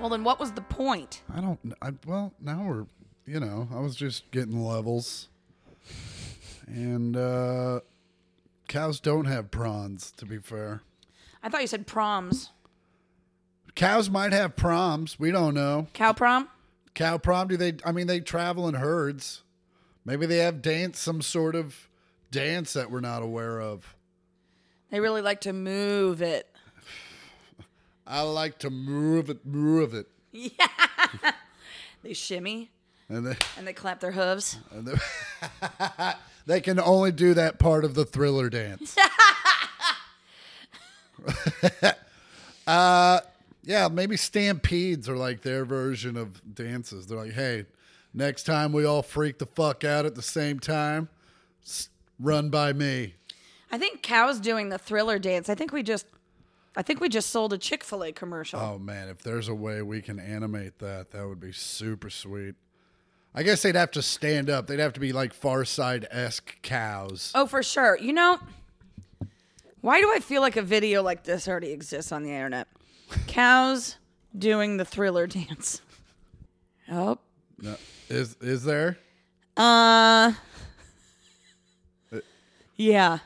Well, then what was the point? I don't. kn- I, well, now we're. You know, I was just getting levels, and uh, cows don't have prawns. To be fair, I thought you said proms. cows might have proms. We don't know. Cow prom? Cow prom? Do they? I mean, they travel in herds. Maybe they have dance, some sort of dance that we're not aware of. They really like to move it. I like to move it, move it, They shimmy and they, and they clap their hooves. and they, they can only do that part of the thriller dance. uh, yeah, maybe stampedes are like their version of dances. They're like, hey, next time we all freak the fuck out at the same time, s- run by me. I think cows doing the thriller dance. I think we just I think we just sold a Chick-fil-A commercial. Oh man, if there's a way we can animate that, that would be super sweet. I guess they'd have to stand up. They'd have to be like Far Side esque cows. Oh, for sure. You know, why do I feel like a video like this already exists on the internet? Cows doing the thriller dance. Oh. No- Is is there? Uh. Yeah.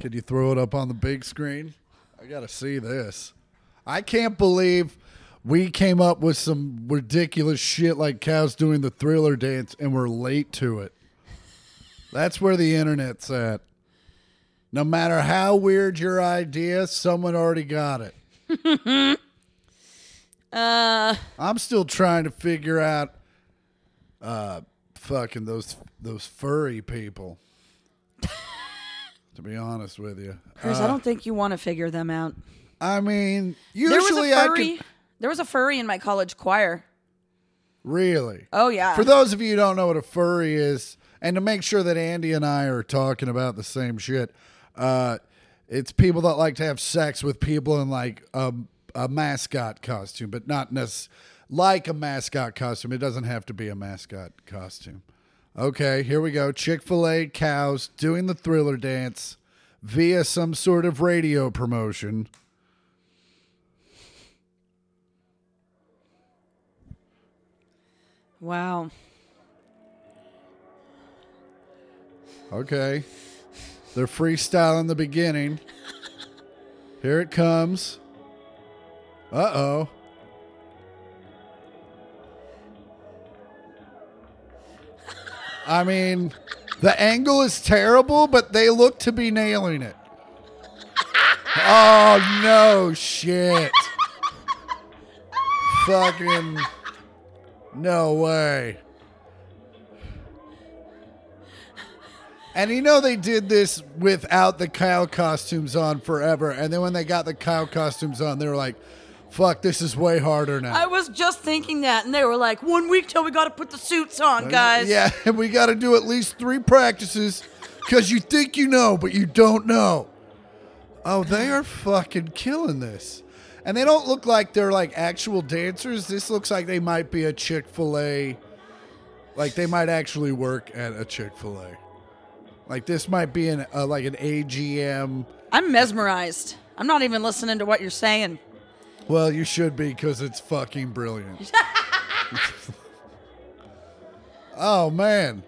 Can you throw it up on the big screen? I gotta see this. I can't believe we came up with some ridiculous shit like cows doing the thriller dance and we're late to it. That's where the internet's at. No matter how weird your idea, someone already got it. Uh. I'm still trying to figure out uh fucking those those furry people. to be honest with you. Chris, I don't think you want to figure them out. I mean, There was usually a furry. I can There was a furry in my college choir. really. Oh yeah. For those of you who don't know what a furry is, and to make sure that Andy and I are talking about the same shit, uh, it's people that like to have sex with people in like a, a mascot costume, but not necess- like a mascot costume. It doesn't have to be a mascot costume. Okay, here we go. Chick fil A cows doing the thriller dance via some sort of radio promotion. wow. Okay. They're freestyling the beginning. Here it comes. Uh oh. I mean, the angle is terrible, but they look to be nailing it. Oh no, shit. Fucking. No way. And you know they did this without the cow costumes on forever, and then when they got the cow costumes on, they were like, "Fuck, this is way harder I now." was just thinking that, and they were like, "One week till we got to put the suits on, guys." Uh, yeah, and we got to do at least three practices because you think you know, but you don't know. Oh, they are fucking killing this, and they don't look like they're like actual dancers. This looks like they might be a Chick Fil A, like they might actually work at a Chick Fil A. Like this might be an uh, like an AGM. I'm mesmerized. I'm not even listening to what you're saying. Well, you should be because it's fucking brilliant. oh, man.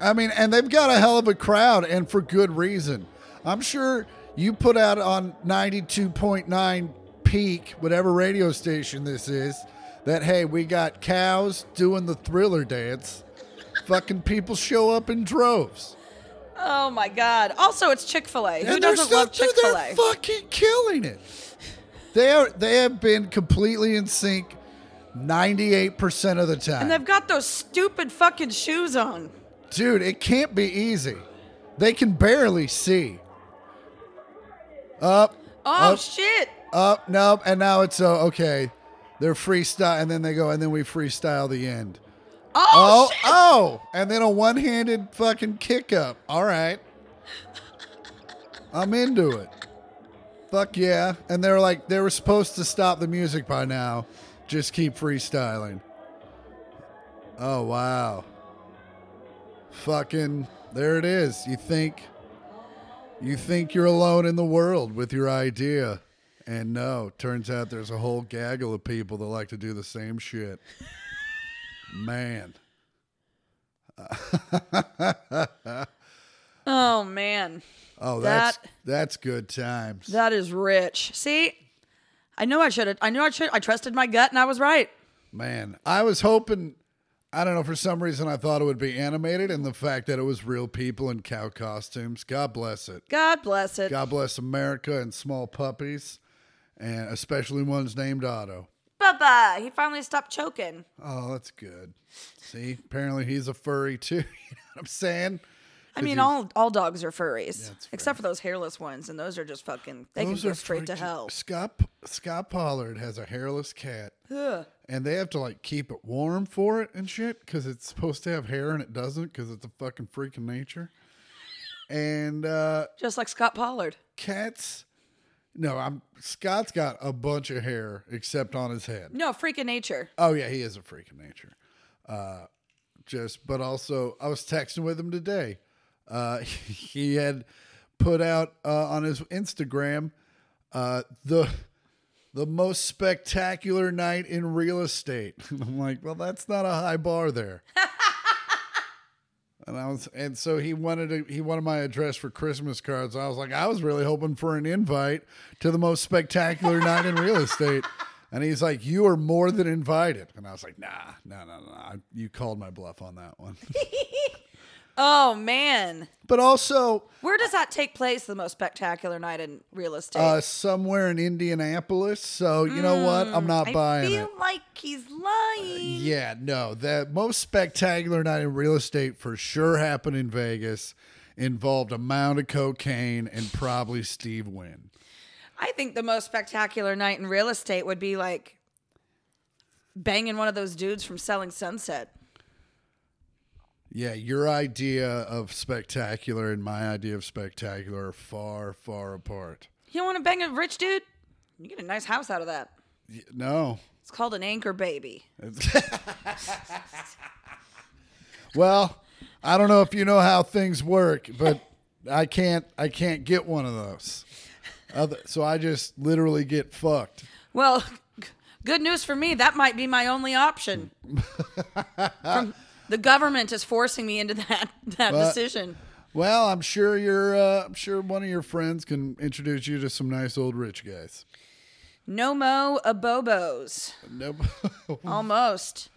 I mean, and they've got a hell of a crowd, and for good reason. I'm sure you put out on 92.9 Peak, whatever radio station this is, that, hey, we got cows doing the thriller dance. Fucking people show up in droves. Oh my God! Also, it's Chick Fil A. Who And they're doesn't still- love Chick dude, Fil A? They're fucking killing it. They are. They have been completely in sync, ninety-eight percent of the time. And they've got those stupid fucking shoes on. dude, it can't be easy. They can barely see. Up, Oh Oh. shit! up, nope, and now it's uh, okay. They're freestyle, and then they go, and then we freestyle the end. Oh, Oh, shit! oh, and then a one-handed fucking kick up. All right, I'm into it. Fuck yeah! And they're like, they were supposed to stop the music by now. Just keep freestyling. Oh wow! Fucking, there it is. You think, you think you're alone in the world with your idea, And no, turns out there's a whole gaggle of people that like to do the same shit. Man. Oh man, Oh, that's That- that's good times. that is rich. See, I knew I should have. I knew I should. I trusted my gut, and I was right. Man, I was hoping I don't know, for some reason I thought it would be animated and the fact that it was real people in cow costumes. God bless it. God bless it. God bless America and small puppies and especially ones named Otto. Bubba, uh, he finally stopped choking. Oh, that's good. See, apparently he's a furry too. You know what I'm saying? I mean, all all dogs are furries, except for those hairless ones, and those are just fucking. They Those can are go straight to freaking- hell. Scott P- Scott Pollard has a hairless cat, and they have to like keep it warm for it and shit because it's supposed to have hair and it doesn't because it's a fucking freak of nature. And uh, Just like Scott Pollard. cats, no, I'm Scott's got a bunch of hair except on his head. No, freak of nature. Oh yeah, he is a freak of nature. Uh, just, but also, I was texting with him today. Uh, he had put out uh, on his Instagram uh, the the most spectacular night in real estate. And I'm like, well, that's not a high bar there. and I was, and so he wanted to, he wanted my address for Christmas cards. I was like, I was really hoping for an invite to the most spectacular night in real estate. And he's like, you are more than invited. And I was like, nah, no, no, no. I- You called my bluff on that one. Oh man, but also, where does that take place? The most spectacular night in real estate. uh, somewhere in Indianapolis. So you know what? I'm not Mm, I buying feel it. like he's lying. Yeah, no, the most spectacular night in real estate for sure happened in Vegas. Involved a mound of cocaine and probably Steve Wynn. I think the most spectacular night in real estate would be like banging one of those dudes from Selling Sunset. Yeah, your idea of spectacular and my idea of spectacular are far, far apart. You don't want to bang a rich dude? You get a nice house out of that. Y- No. It's called an anchor baby. Well, I don't know if you know how things work, but I can't I can't get one of those. Other, so I just literally get fucked. Well, g- good news for me. That might be my only option. From- the government is forcing me into that that But- decision. Well, I'm sure your uh, I'm sure one of your friends can introduce you to some nice old rich guys. Nomo abobos. Nope. Almost.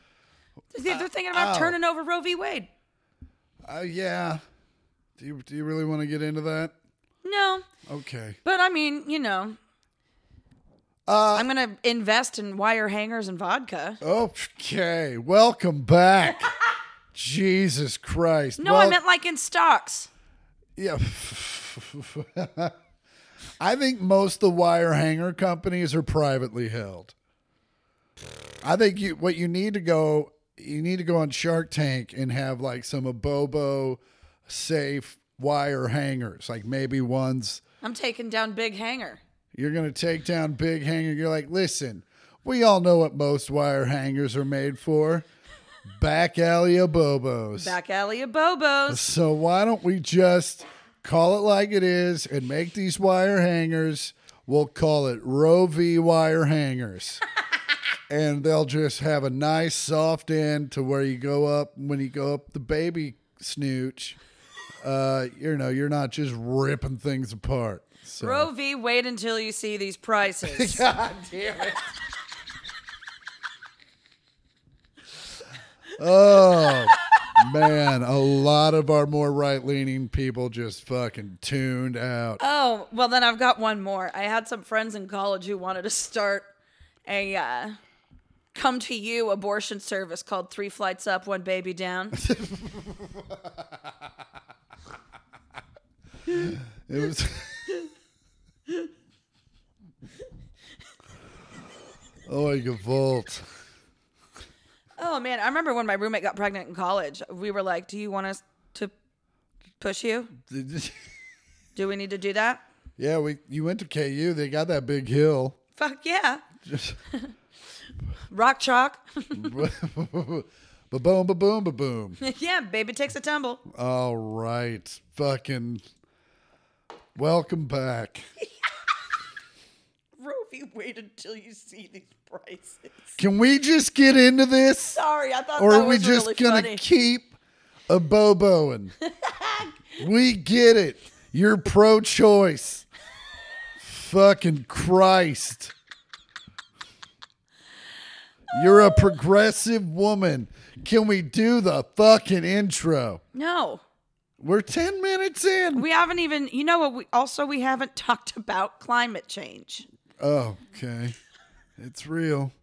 They're they're thinking oh. about turning over Roe v. Wade. uh, yeah. Do you do you really want to get into that? No, Okay. but I mean, you know, Uh, I'm gonna invest in wire hangers and vodka. Okay. Welcome back. Jesus Christ. No, I Well- meant like in stocks. Yeah. I think most of the wire hanger companies are privately held. I think you what you need to go you need to go on Shark Tank and have like some abobo safe wire hangers, like maybe ones I'm taking down big hanger. you're gonna take down big hanger. You're like, listen, we all know what most wire hangers are made for. Back alley abobos. Back alley of Bobos. So why don't we just call it like it is and make these wire hangers? We'll call it Roe v. Wire Hangers. and they'll just have a nice soft end to where you go up when you go up the baby snooch. Uh, you know, you're not just ripping things apart. So. Roe v. Wait until you see these prices. God damn it. oh man, a lot of our more right leaning people just fucking tuned out. Oh, well, then I've got one more. I had some friends in college who wanted to start a uh, come to you abortion service called Three Flights Up, One Baby Down. It was Oh, you vault. oh, man. I remember when my roommate got pregnant in college, we were like, Do you want us to push you? Do we need to do that? yeah, we you went to KU. They got that big hill. Fuck yeah. Just Rock chalk. ba boom, ba boom, ba boom. yeah, baby takes a tumble. All right. Fucking welcome back. Roe we wait until you see these prices. Can we just get into this? Sorry, I thought Or that are we was just really gonna funny. keep a boboing? we get it. You're pro choice. Fucking Christ. You're a progressive woman. Can we do the fucking intro? no, We're 10 minutes in. we haven't even. You know what? We also we haven't talked about climate change. oh, okay. It's real.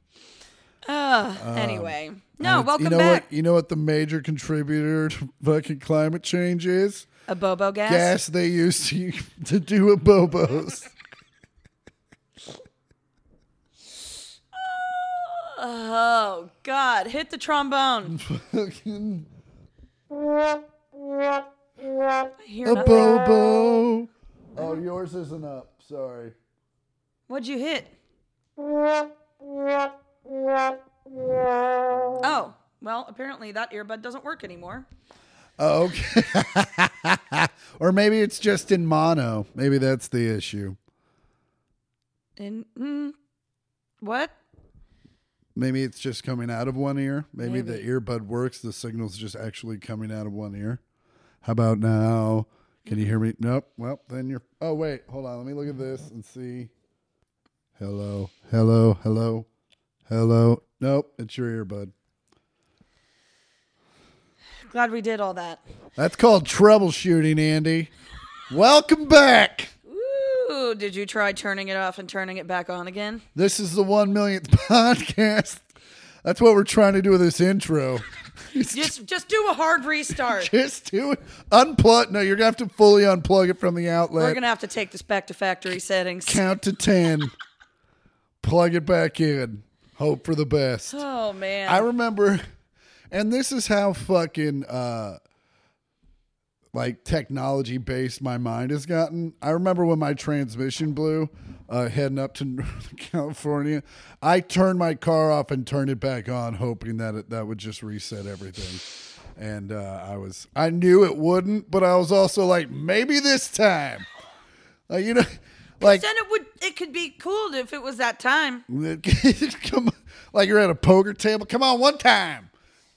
Ugh. anyway, no. Um, It's- welcome you know back. What, you know what the major contributor to fucking climate change is? A bobo gas. Gas they used to, to do a Bobos. Oh God! Hit the trombone. Fucking I hear a nothing. Bobo. Oh, yours isn't up. Sorry. What'd you hit? Oh, well, apparently that earbud doesn't work anymore. Oh, okay. or maybe it's just in mono. Maybe that's the issue. And mm, what? Maybe it's just coming out of one ear. Maybe, the Maybe. earbud works. The signal's just actually coming out of one ear. How about now? Can you hear me? Nope. Well, then you're. Oh, wait. Hold on. Let me look at this and see. Hello. Hello. Hello. Hello. Nope. It's your earbud. Glad we did all that. That's called troubleshooting, Andy. Welcome back. Ooh, did you try turning it off and turning it back on again? This is the one millionth podcast. That's what we're trying to do with this intro. Just just do a hard restart. Just do it. Unplug. No, you're going to have to fully unplug it from the outlet. We're gonna have to take this back to factory settings. count to 10, plug it back in, hope for the best. Oh man. I remember, and this is how fucking uh, like technology based my mind has gotten. I remember when my transmission blew, uh, heading up to Northern California, I turned my car off and turned it back on, hoping that it, that would just reset everything. And uh, I was, I knew it wouldn't, but I was also like, maybe this time, like you know, like then it would it could be cool if it was that time. Come on. like you're at a poker table. Come on, one time,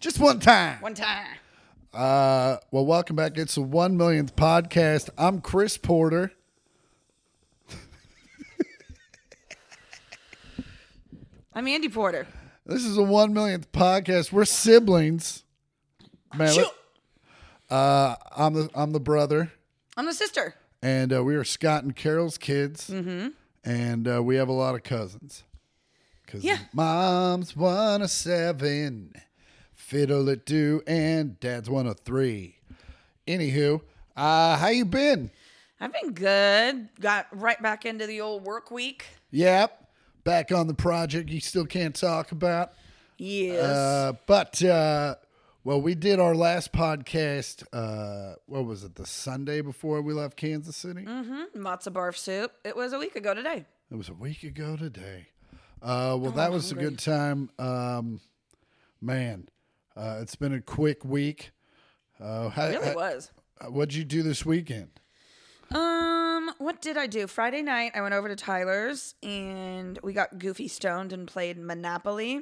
just one time. One time. Uh, well, welcome back. It's the one millionth podcast. I'm Chris Porter. I'm Andy Porter. This is the one millionth podcast. We're siblings. Man, let- uh, I'm the I'm the brother, I'm the sister. and uh, we are Scott and Carol's kids, mm-hmm. and uh, we have a lot of cousins. Cause Yeah. mom's one of seven, fiddle at two, and dad's one of three. Anywho, uh, how you been? I've been good. Got right back into the old work week. Yep, back on the project you still can't talk about. Yes. Uh, but uh, well, we did our last podcast. Uh, what was it? The Sunday before we left Kansas City. Matzo barf soup. It was a week ago today. It was a week ago today. Uh, well, that was a good time. Um, man, uh, it's been a quick week. Uh, how, It really how- was. what'd you do this weekend? Um, what did I do? Friday night, I went over to Tyler's and we got goofy stoned and played Monopoly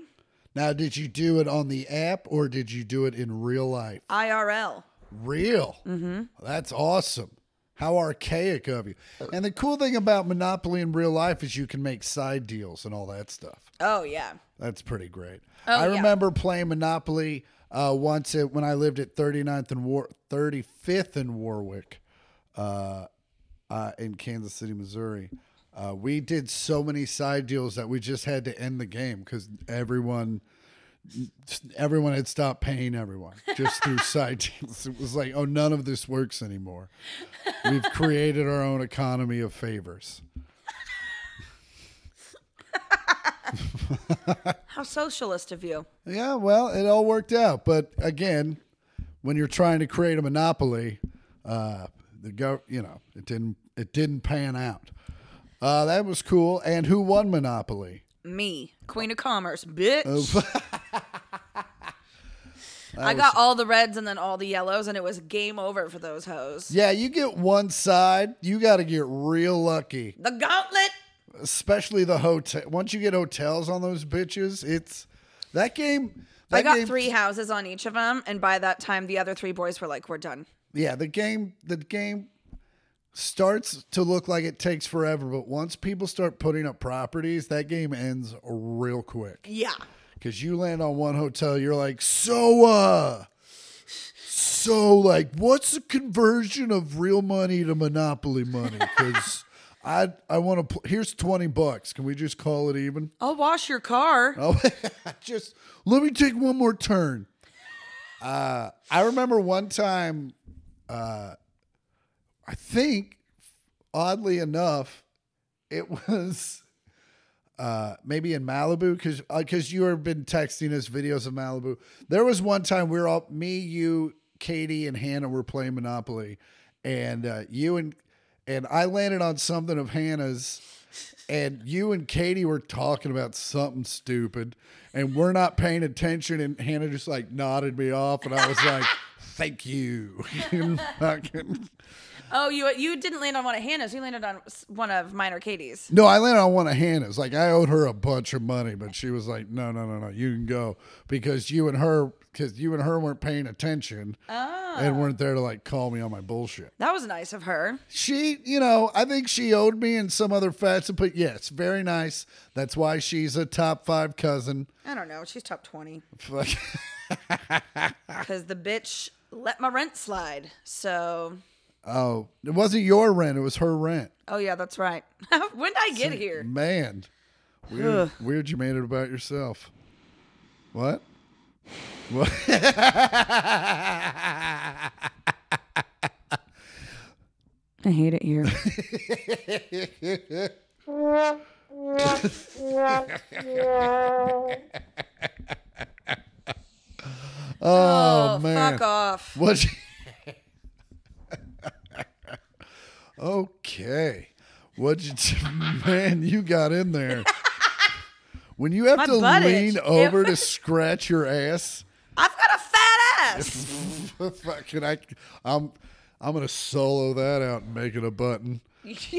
Now, did you do it on the app or did you do it in real life? IRL. Real. Mm-hmm. That's awesome. How archaic of you. And the cool thing about Monopoly in real life is you can make side deals and all that stuff. Oh yeah. That's pretty great. Oh, I yeah. remember playing Monopoly uh, once at, when I lived at 39th and War 35th in Warwick, uh, uh, in Kansas City, Missouri. Uh, we did so many side deals that we just had to end the game because everyone, everyone had stopped paying everyone just through side deals. It was like, oh, none of this works anymore. We've created our own economy of favors. How socialist of you. Yeah, well, it all worked out. But again, when you're trying to create a monopoly, uh, the go, you know, it didn't it didn't pan out. Uh, that was cool. And who won Monopoly? Me, Queen of Commerce, bitch. Oh. I got all the reds and then all the yellows, and it was game over for those hoes. Yeah, you get one side. You got to get real lucky. The gauntlet. especially the hotel. Once you get hotels on those bitches, it's that game. That I got game, three houses on each of them, and by that time, the other three boys were like, "We're done." Yeah, the game. The game starts to look like it takes forever, but once people start putting up properties, that game ends real quick. Yeah. Cause you land on one hotel, you're like, so uh so like what's the conversion of real money to monopoly money? Cause I I want to. Pl- Here's twenty bucks. Can we just call it even? I'll wash your car. Oh, just let me take one more turn. Uh, I remember one time, uh, I think, oddly enough, it was uh, maybe in Malibu because because you have been texting us videos of Malibu. There was one time we were all me, you, Katie, and Hannah were playing Monopoly, and uh, you and and I landed on something of Hannah's and you and Katie were talking about something stupid, and we're not paying attention. And Hannah just like nodded me off, and I was like, "Thank you." And fucking- Oh, you you didn't land on one of Hannah's. You landed on s- one of mine or Katie's. no, I landed on one of Hannah's. Like I owed her a bunch of money, but she was like, "No, no, no, no, you can go because you and her." Because you and her weren't paying attention and weren't there to like call me on my bullshit. That was nice of her. She, you know, I think she owed me in some other facet, but yes, very nice. That's why she's a top five cousin. I don't know. She's top twenty Fuck. because the bitch let my rent slide. So, Oh, it wasn't your rent; it was her rent. oh yeah, that's right. when did I get here? Man, weird, weird. You made it about yourself. What? What? I hate it here. Oh, man. Fuck off. What? okay. What you? do- Man, you got in there. When you have My to butt lean itched. over to scratch your ass, I've got a fat ass. fucking, I, I'm, I'm gonna solo that out and make it a button. That's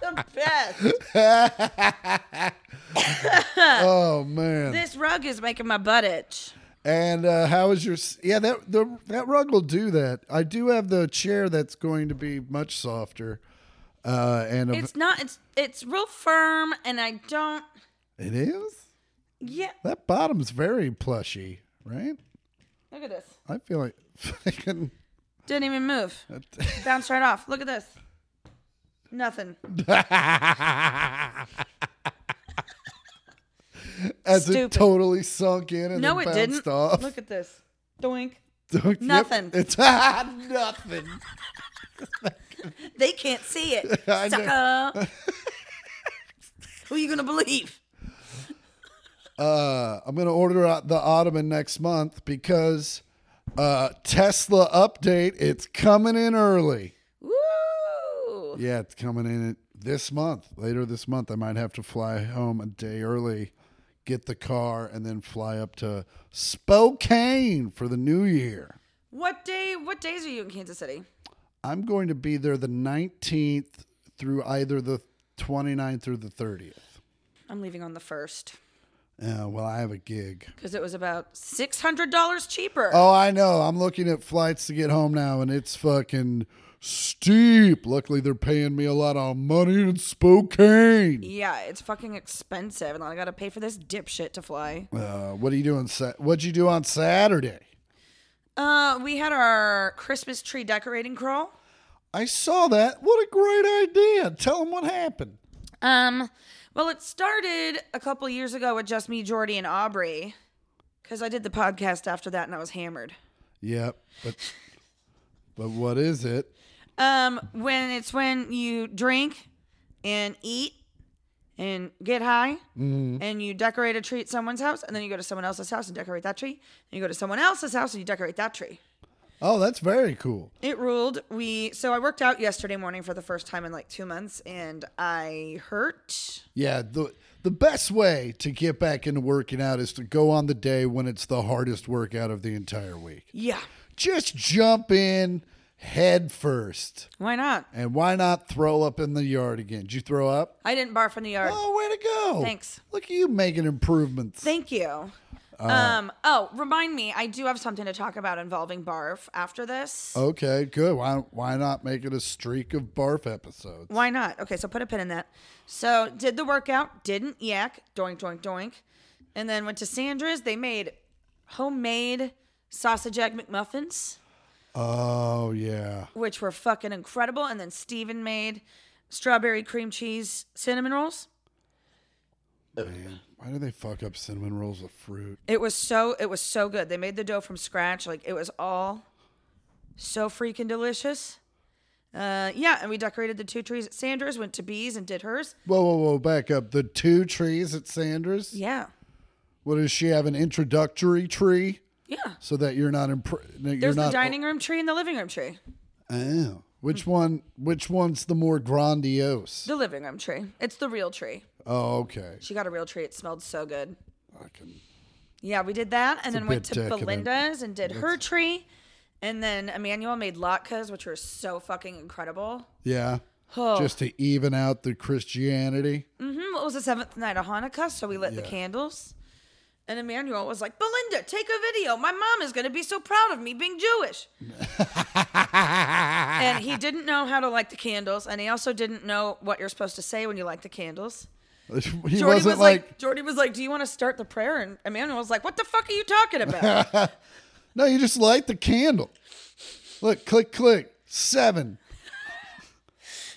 the best. Oh man. This rug is making my butt itch. And uh, how is your? s- Yeah, that the that rug will do that. I do have the chair that's going to be much softer, uh, and a, It's not. It's it's real firm, and I don't. it is Yeah. that bottom's very plushy, right? Look at this. I feel like fucking Didn't even move. Bounced right off. Look at this. Nothing. as it Stupid. totally sunk in and No, then it bounced didn't. off. Look at this. Doink. Yep, nothing. It's nothing. They can't see it. I know. Sucker. Who you gonna believe? Uh, I'm gonna order out the ottoman next month because uh, Tesla update. It's coming in early. Woo! Yeah, it's coming in this month. Later this month, I might have to fly home a day early, get the car, and then fly up to Spokane for the New Year. What day? What days are you in Kansas City? I'm going to be there the 19th through either the 29th or the 30th. I'm leaving on the first Uh, well, I have a gig. because it was about six hundred dollars cheaper. Oh, I know. I'm looking at flights to get home now, and it's fucking steep. Luckily, they're paying me a lot of money in Spokane. Yeah, it's fucking expensive, and I gotta pay for this dipshit to fly. Uh, what are you doing? Sa- what'd you do on Saturday? Uh, we had our Christmas tree decorating crawl. I saw that. What a great idea. Tell them what happened. Um, well, it started a couple years ago with just me, Jordy, and Aubrey, because I did the podcast after that, and I was hammered. Yep, but but what is it? Um, when it's when you drink and eat and get high and you decorate a tree at someone's house and then you go to someone else's house and decorate that tree and you go to someone else's house and you decorate that tree. Oh, that's very cool. It ruled. We so I worked out yesterday morning for the first time in like 2 months and I hurt. Yeah, the the best way to get back into working out is to go on the day when it's the hardest workout of the entire week. Yeah. Just jump in, head first. Why not? And why not throw up in the yard again? Did you throw up? I didn't barf in the yard. Oh, way to go. Thanks. Look at you making improvements. Thank you. um. Oh, remind me. I do have something to talk about involving barf after this. okay, good. Why, why not make it a streak of barf episodes? Why not? Okay, so put a pin in that. So did the workout, didn't yak, doink, doink, doink. And then went to Sandra's. They made homemade sausage egg McMuffins, Oh, yeah. which were fucking incredible. And then Steven made strawberry cream cheese cinnamon rolls. Why do they fuck up cinnamon rolls with fruit? It was so it was so good. They made the dough from scratch. Like it was all so freaking delicious. Uh, yeah, and we decorated the two trees at Sandra's, went to Bees and did hers. Whoa, whoa, whoa, back up. The two trees at Sanders? Yeah. What does she have? An introductory tree? Yeah. So that you're not impr- that you're There's the not dining room tree and the living room tree. Oh. Which one which one's the more grandiose? The living room tree. It's the real tree. Oh, okay. She got a real tree. It smelled so good. Fucking- Yeah, we did that, and then went bit to decadent. Belinda's and did her tree, and then Emmanuel made latkes, which were so fucking incredible. Yeah. Oh, Just to even out the Christianity. mhm, it was the seventh night of Hanukkah, so we lit the Yeah. candles. And Emmanuel was like, "Belinda, take a video. My mom is gonna be so proud of me being Jewish." and he didn't know how to light the candles, and he also didn't know what you're supposed to say when you light the candles. he Jordy wasn't was like, like, Jordy was like, "Do you want to start the prayer?" And Emmanuel was like, "What the fuck are you talking about?" No, you just light the candle. Look, click, click. Seven.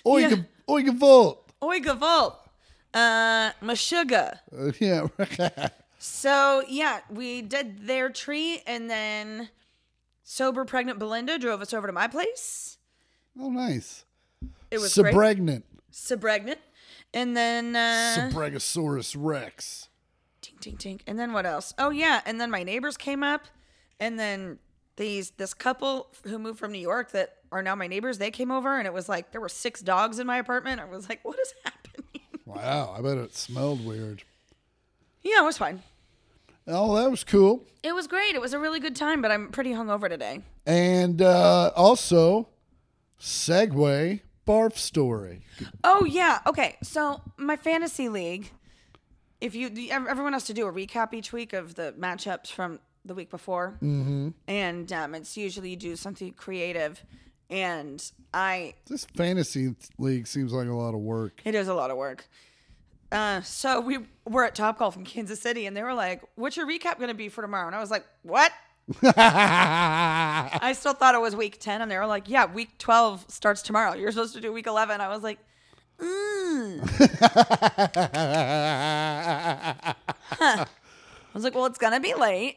Or you Yeah. can or you can volt. Oi, Gavolt, uh, Meshuggah. Uh, yeah. So yeah, we did their tree, and then sober pregnant Belinda drove us over to my place. oh nice. It was great. Subregnant. Subregnant, and then uh, Subregosaurus Rex. tink tink tink, and then what else? Oh yeah, and then my neighbors came up, and then these this couple who moved from New York that are now my neighbors. They came over, and it was like there were six dogs in my apartment. I was like, "What is happening?" Wow, I bet it smelled weird. Yeah, it was fine. Oh, that was cool. It was great. It was a really good time, but I'm pretty hungover today. And uh, also, segue barf story. Oh yeah. Okay. So my fantasy league. If you the- ev- everyone has to do a recap each week of the matchups from the week before, mm-hmm. and um, it's usually you do something creative, and I This fantasy league seems like a lot of work. it is a lot of work. Uh, so we were at Top Golf in Kansas City, and they were like, "What's your recap going to be for tomorrow?" And I was like, "What?" yeah, I still thought it was week 10, and they were like, yeah, week 12 starts tomorrow. You're supposed to do week 11. I was like, mm. I was like, well, it's going to be late.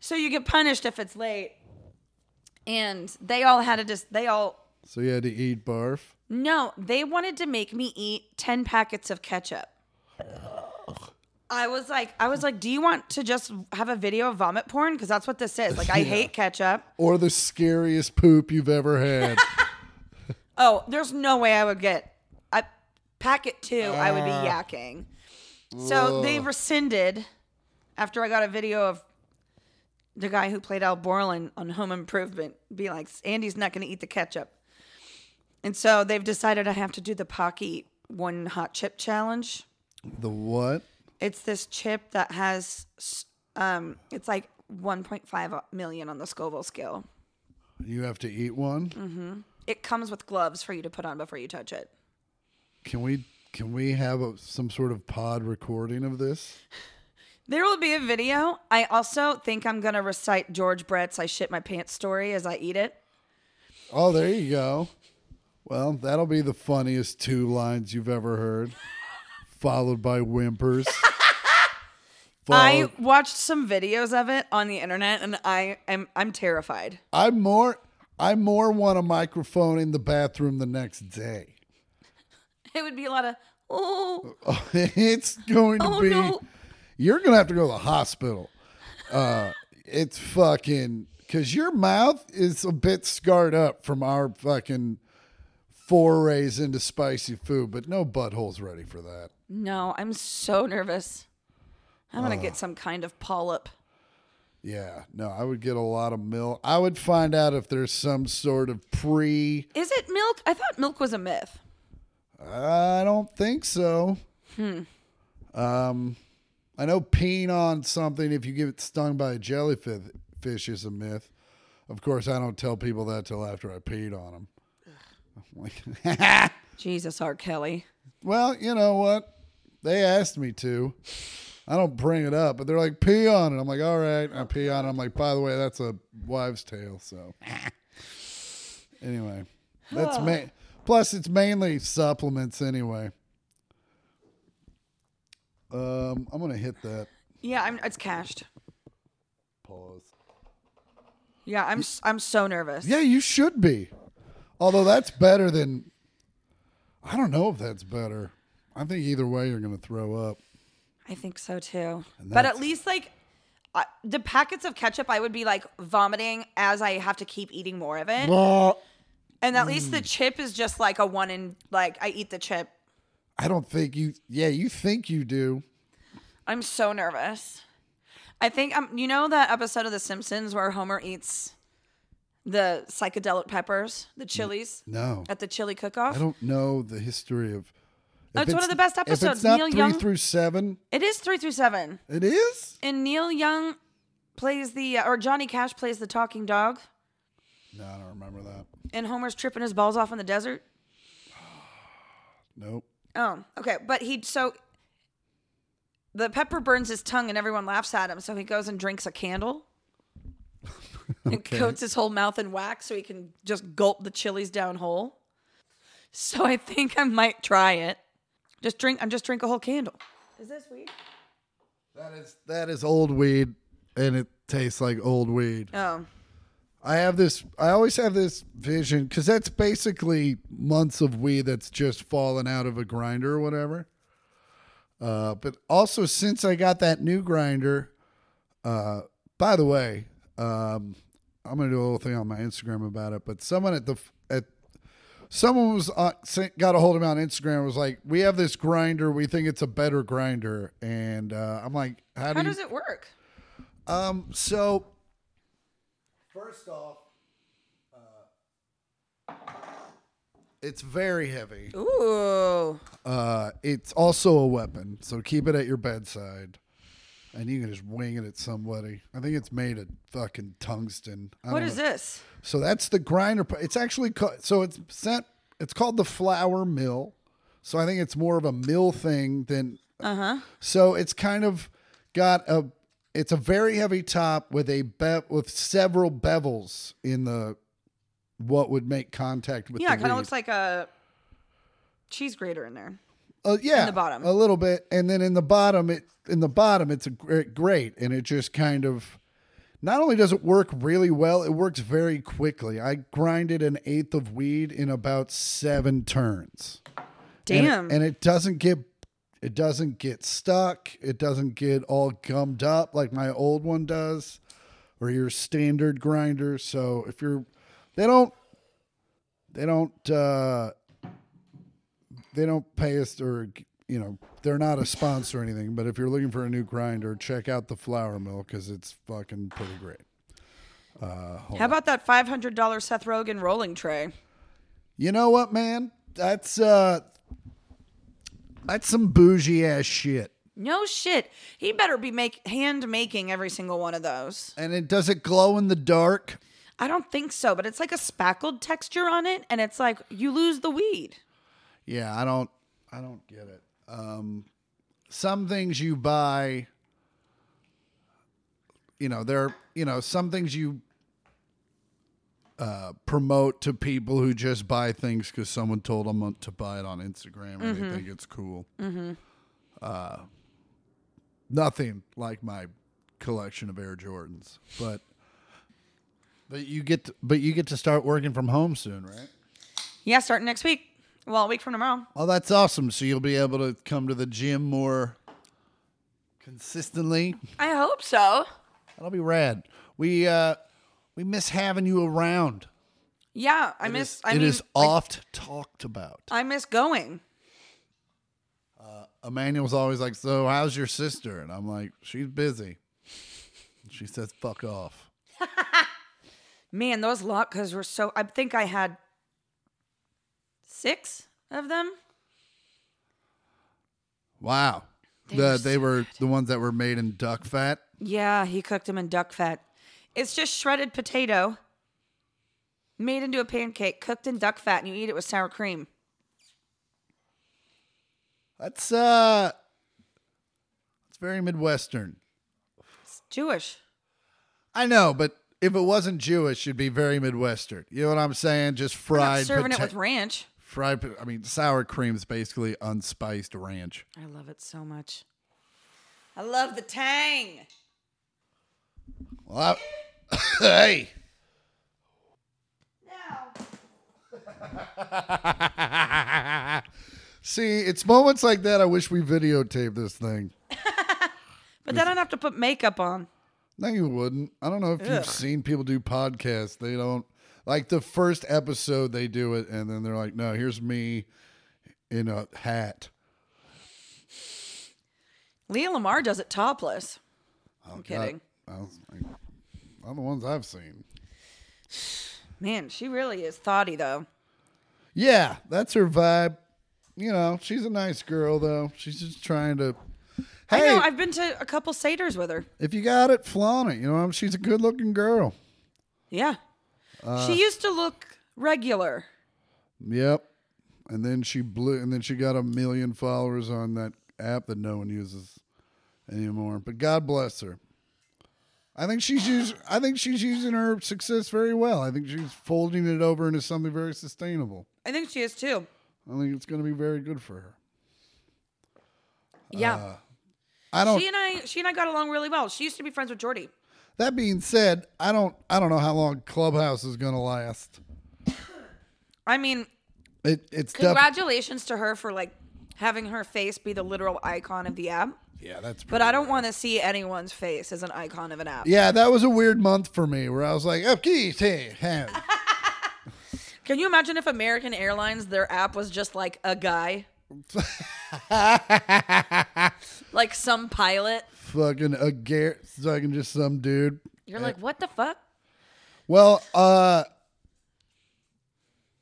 so you get punished if it's late. And they all had to just, they all, so you had to eat barf. no, they wanted to make me eat 10 packets of ketchup. I was like, I was like, do you want to just have a video of vomit porn? Because that's what this is. Like, I hate ketchup. Or the scariest poop you've ever had. Oh, there's no way I would get I packet two. I would be yakking. So they rescinded after I got a video of the guy who played Al Borland on Home Improvement be like, Andy's not going to eat the ketchup. And so they've decided I have to do the Pocky one hot chip challenge. the what? It's this chip that has, s- um, it's like 1.5 million on the Scoville scale. You have to eat one. It comes with gloves for you to put on before you touch it. Can we? Can we have a, some sort of pod recording of this? There will be a video. I also think I'm gonna recite George Brett's "I shit my pants" story as I eat it. Oh, there you go. Well, that'll be the funniest two lines you've ever heard, followed by whimpers. I Followed- watched some videos of it on the internet, and I am I'm terrified. I'm more I more want a microphone in the bathroom the next day. It would be a lot of oh it's going to oh be no. you're going to have to go to the hospital. Uh, it's fucking cuz your mouth is a bit scarred up from our fucking forays into spicy food, but no butthole's ready for that. No, I'm so nervous. I'm gonna get some kind of polyp. Yeah, no, I would get a lot of milk. I would find out if there's some sort of pre. Is it milk? I thought milk was a myth. I don't think so. Um, I know peeing on something if you get stung by a jellyfish fish is a myth. Of course, I don't tell people that till after I peed on them. Jesus, R. Kelly. well, you know what? They asked me to. I don't bring it up, but they're like pee on it. I'm like, all right, I pee on it. I'm like, by the way, that's a wives' tale. So anyway, that's ma- plus it's mainly supplements anyway. Um, I'm gonna hit that Yeah, I'm, it's cashed. pause. Yeah, I'm s- I'm so nervous. Yeah, you should be. Although that's better than. I don't know if that's better. I think either way you're gonna throw up. I think so too. But that's- at least like I the packets of ketchup, I would be like vomiting as I have to keep eating more of it. And at least Mm. the chip is just like a one in like I eat the chip. I don't think you. Yeah, you think you do. I'm so nervous. I think um you know that episode of The Simpsons where Homer eats the psychedelic peppers, the chilies No. at the chili cook Mm. I off. don't know the history of. Oh, if it's one of the best If it's episodes. not Neil three Young- through seven, It is three through seven. it is. And Neil Young plays the uh, or Johnny Cash plays the talking dog No, I don't remember that. and Homer's tripping his balls off in the desert. Nope. Oh, okay. But he so the pepper burns his tongue and everyone laughs at him, so he goes and drinks a candle. And coats his whole mouth in wax so he can just gulp the chilies down whole. So I think I might try it. Just drink I'm just drink a whole candle. Is this weed? That is that is old weed, and it tastes like old weed. Oh. I have this. I always have this vision because that's basically months of weed that's just fallen out of a grinder or whatever. Uh, but also since I got that new grinder, uh, by the way, um, I'm gonna do a little thing on my Instagram about it. But someone at the f- at someone was on, sent- got a hold of me on Instagram and was like, "We have this grinder. We think it's a better grinder." And uh, I'm like, "How, do How you does it work? um, so first off, uh, it's very heavy. Ooh. Uh, it's also a weapon, so keep it at your bedside. And you can just wing it at somebody. I think it's made of fucking tungsten. I What don't is know. this? So that's the grinder. pro- It's actually called, so it's sent. It's called the flour mill. So I think it's more of a mill thing than. Uh huh. Uh-huh. So it's kind of got a. It's a very heavy top with a be- with several bevels in the, what would make contact with Yeah, the it kind reed. of looks like a cheese grater in there. Uh, yeah, the bottom. a little bit, and then in the bottom, it in the bottom, it's a gr- great, and it just kind of. Not only does it work really well, it works very quickly. I grinded an eighth of weed in about seven turns. And- Damn. And, it doesn't get it doesn't get stuck. It doesn't get all gummed up like my old one does, or your standard grinder. So if you're, they don't, they don't, uh, they don't pay us or you know they're not a sponsor or anything. But if you're looking for a new grinder, check out the Flour Mill because it's fucking pretty great. How about that $500 Seth Rogen rolling tray? You know what, man? That's uh, that's some bougie ass shit. No shit. He better be make hand making every single one of those. And it does it glow in the dark? I don't think so, but it's like a spackled texture on it, and it's like you lose the weed. Yeah, I don't I don't get it. Um some things you buy you know, they're you know, some things you uh, promote to people who just buy things because someone told them to buy it on Instagram and they think it's cool. Mm-hmm. Uh, nothing like my collection of Air Jordans, but but you get to, but you get to start working from home soon, right? Yeah, starting next week. Well, a week from tomorrow. Oh, that's awesome. So you'll be able to come to the gym more consistently. I hope so. That'll be rad. We uh we miss having you around. Yeah, I miss. I It mean, is oft talked about. I miss going. Emmanuel's always like, "So, how's your sister?" And I'm like, "She's busy." She says, fuck off. Man, those latkes were so. I think I had six of them. Wow. They the, were, they were the ones that were made in duck fat. Yeah, he cooked them in duck fat. It's just shredded potato made into a pancake, cooked in duck fat, and you eat it with sour cream. That's uh it's very Midwestern. It's Jewish. I know, but if it wasn't Jewish, it'd be very Midwestern. You know what I'm saying? Just We're not fried serving it pota- with ranch. fried po- I mean sour cream's basically unspiced ranch. I love it so much. I love the tang. Well, I- hey. No. See, it's moments like that I wish we videotaped this thing. But then I'd have to put makeup on. No, you wouldn't. I don't know if you've seen people do podcasts. They don't like the first episode they do it, and then they're like, "No, here's me in a hat." Leah Lamar does it topless. I'm kidding. I, I was like, all the ones I've seen. Man, she really is thoughty though. Yeah, that's her vibe. You know, she's a nice girl though. She's just trying to. Hey, I know. I've been to a couple satyrs with her. if you got it, flaunt it. You know, I'm- she's a good-looking girl. Yeah. she used to look regular. Yep. And then she blew, and then she got a million followers on that app that no one uses anymore. But God bless her. I think she's using. I think she's using her success very well. I think she's folding it over into something very sustainable. I think she is too. I think it's going to be very good for her. Yeah. I don't. she and I she and I got along really well. She used to be friends with Jordy. that being said, I don't. I don't know how long Clubhouse is going to last. I mean, It. It's def- congratulations to her for like having her face be the literal icon of the app. Yeah, that's. But I don't want to see anyone's face as an icon of an app. Yeah, that was a weird month for me where I was like, "Up, keys, hey, hey." Can you imagine if American Airlines their app was just like a guy? like some pilot. fucking a gar fucking just some dude. You're like, "What the fuck?" Well, uh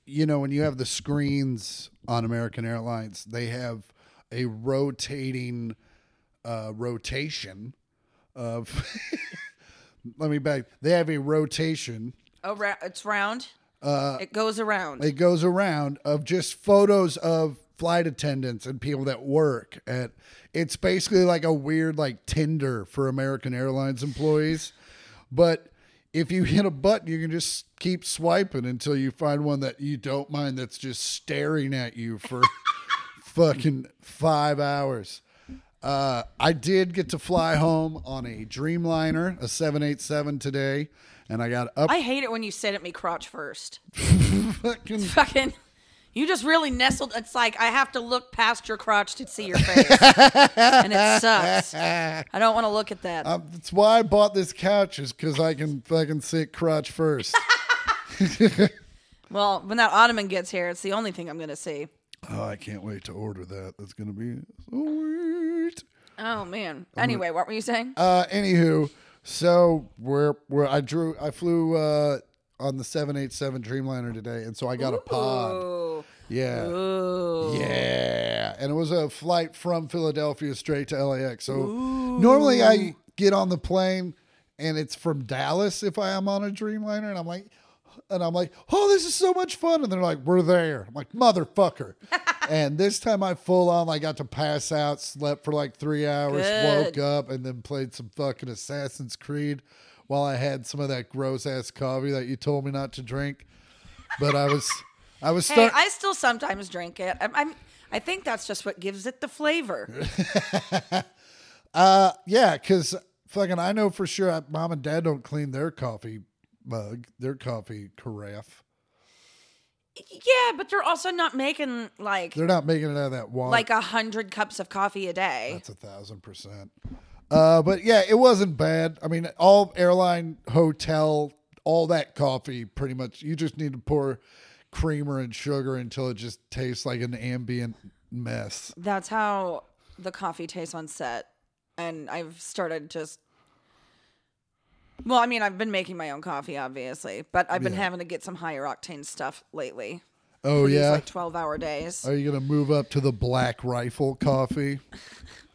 you know, when you have the screens on American Airlines, they have a rotating uh rotation of let me back they have a rotation Oh, ra- it's round. Uh, it goes around. it goes around of just photos of flight attendants and people that work at it's basically like a weird like tinder for american airlines employees but if you hit a button you can just keep swiping until you find one that you don't mind that's just staring at you for fucking five hours uh, I did get to fly home on a Dreamliner, a 787 today, and I got up I hate it when you sit at me crotch first. fucking Fucking you just really nestled. It's like I have to look past your crotch to see your face, and it sucks. I don't want to look at that. Um, that's why I bought this couch is because I can fucking sit crotch first. well, when that ottoman gets here, it's the only thing I'm gonna see. oh, I can't wait to order that. That's gonna be sweet. Oh man. Anyway, what were you saying? Uh, anywho, so where where I drew, I flew uh on the seven eight seven Dreamliner today, and so I got a pod. Ooh. Uh, Yeah. Ooh. Yeah, and it was a flight from Philadelphia straight to LAX. So normally I get on the plane and it's from Dallas if I am on a Dreamliner, and I'm like, and I'm like, oh, this is so much fun, and they're like, we're there. I'm like, motherfucker. and this time I full on, I got to pass out, slept for like three hours, Good. woke up, and then played some fucking Assassin's Creed while I had some of that gross ass coffee that you told me not to drink. But I was, I was Hey, starting. I still sometimes drink it. I'm, I'm. I think that's just what gives it the flavor. Yeah, because fucking, I know for sure I, mom and dad don't clean their coffee mug, their coffee carafe. yeah, but they're also not making like They're not making it out of that water. like a hundred cups of coffee a day. That's a thousand percent. Uh, but yeah, it wasn't bad. I mean, all airline, hotel, all that coffee, pretty much. You just need to pour creamer and sugar until it just tastes like an ambient mess. That's how the coffee tastes on set, and I've started just Well, I mean, I've been making my own coffee, obviously, but I've been Yeah. having to get some higher octane stuff lately. Oh These, yeah. like twelve hour days. Are you gonna move up to the Black Rifle coffee?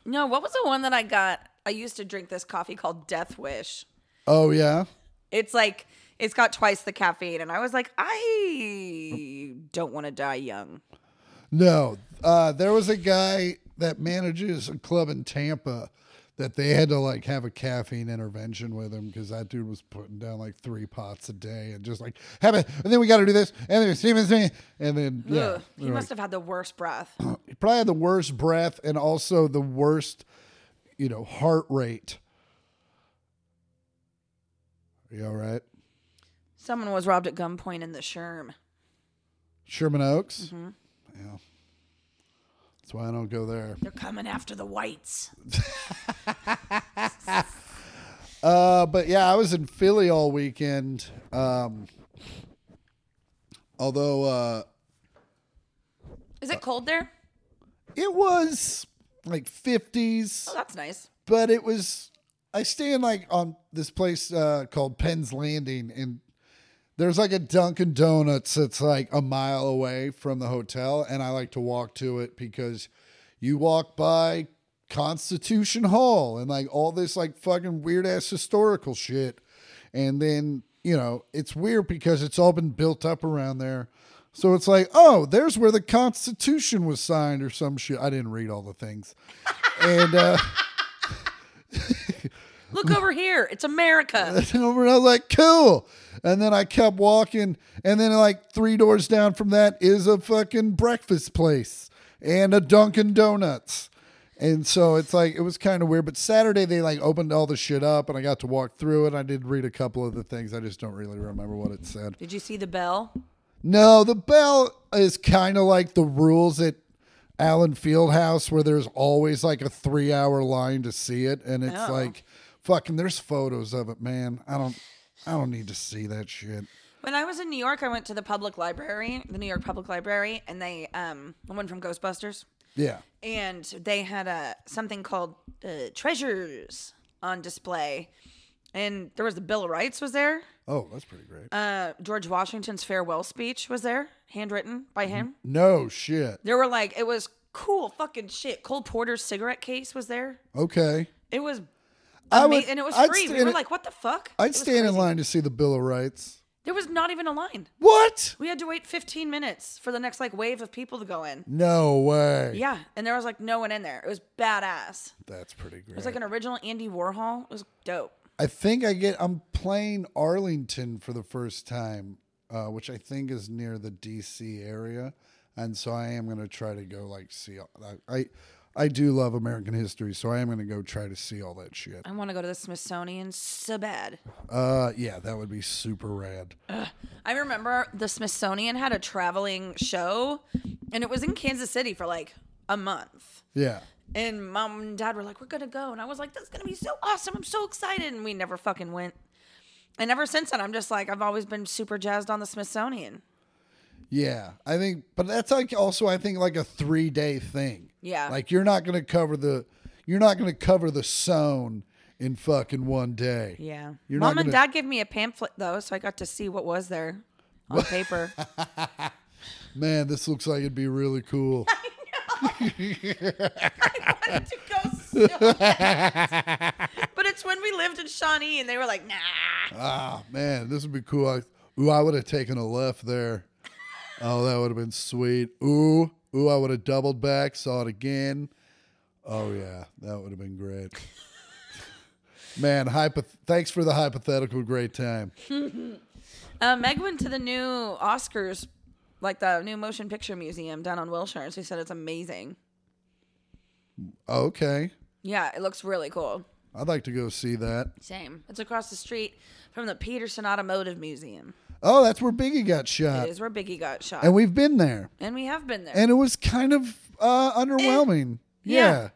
no, what was the one that I got? I used to drink this coffee called Death Wish. Oh yeah. It's like it's got twice the caffeine, and I was like, I don't want to die young. No, uh, there was a guy that manages a club in Tampa that they had to like have a caffeine intervention with him because that dude was putting down like three pots a day and just like have it, and then we got to do this, and then Stevens me, and then yeah, Ugh, he they're like- must have had the worst breath. he probably had the worst breath and also the worst, you know, heart rate. Are you all right, Someone was robbed at gunpoint in the Sherm. Sherman Oaks? Mm-hmm. Yeah, that's why I don't go there. They're coming after the whites. Uh, but yeah, I was in Philly all weekend. Um, although uh, Is it cold there? it was like fifties, Oh, that's nice. but it was. I stay in like on this place uh, called Penn's Landing, and there's like a Dunkin' Donuts that's like a mile away from the hotel, and I like to walk to it because you walk by Constitution Hall and like all this like fucking weird ass historical shit. And then, you know, it's weird because it's all been built up around there. So it's like, oh, there's where the Constitution was signed or some shit. I didn't read all the things. and uh Look over here. It's America. and over and I was like, cool. And then I kept walking, and then like three doors down from that is a fucking breakfast place and a Dunkin' Donuts. And so it's like it was kind of weird. But Saturday they like opened all the shit up and I got to walk through it. I did read a couple of the things. I just don't really remember what it said. Did you see the bell? No, the bell is kind of like the rules at Allen Fieldhouse, where there's always like a three hour line to see it, and it's Oh. like, fucking, there's photos of it, man. I don't, I don't need to see that shit. When I was in New York, I went to the public library, the New York Public Library, and they, um, the one from Ghostbusters, Yeah, and they had a something called uh, treasures on display, and there was the Bill of Rights was there. oh, that's pretty great. Uh, George Washington's farewell speech was there, handwritten by Mm-hmm. him. no shit. There were like it was cool fucking shit. Cole Porter's cigarette case was there. Okay, It was. I I would- and it was I'd free. stand We were in- like, "What the fuck?" It I'd was stand in crazy. line to see the Bill of Rights. There was not even a line. What? We had to wait 15 minutes for the next like wave of people to go in. No way. Yeah, and there was like no one in there. It was badass. It That's pretty great. was like an original Andy Warhol. It was dope. I think I get. I'm playing Arlington for the first time, uh, which I think is near the D.C. area, and so I am gonna try to go like see. all- I I, I do love American history, so I am gonna go try to see all that shit. I want to go to the Smithsonian so bad. Uh, yeah, that would be super rad. I remember the Smithsonian had a traveling show, and it was in Kansas City for like a month. Yeah, And mom and dad were like, "We're gonna go," and I was like, "That's gonna be so awesome! I'm so excited!" And we never fucking went. And ever since then, I'm just like, I've always been super jazzed on the Smithsonian. yeah. I think, but that's like also I think like a three day thing. Yeah. like you're not gonna cover the, you're not gonna cover the Sown in fucking one day. Yeah. You're Mom not and gonna- dad gave me a pamphlet though, so I got to see what was there on paper. Man, this looks like it'd be really cool. I wanted to go so bad. But it's when we lived in Shawnee and they were like, nah. Ah, man, this would be cool. I, ooh, I would have taken a left there. Oh, that would have been sweet. Ooh, ooh, I would have doubled back, saw it again. Oh yeah, that would have been great. man, hypo- thanks for the hypothetical great time. Uh, Meg went to the new Oscars, like the new motion picture museum down on Wilshire. and She said it's amazing. Okay, Yeah, it looks really cool. I'd like to go see that. Same. It's across the street from the Peterson Automotive Museum. Oh, that's where Biggie got It shot, is where Biggie got shot. Uh, and And we, we've been there, have been there. and it was kind of uh, underwhelming. yeah. Yeah.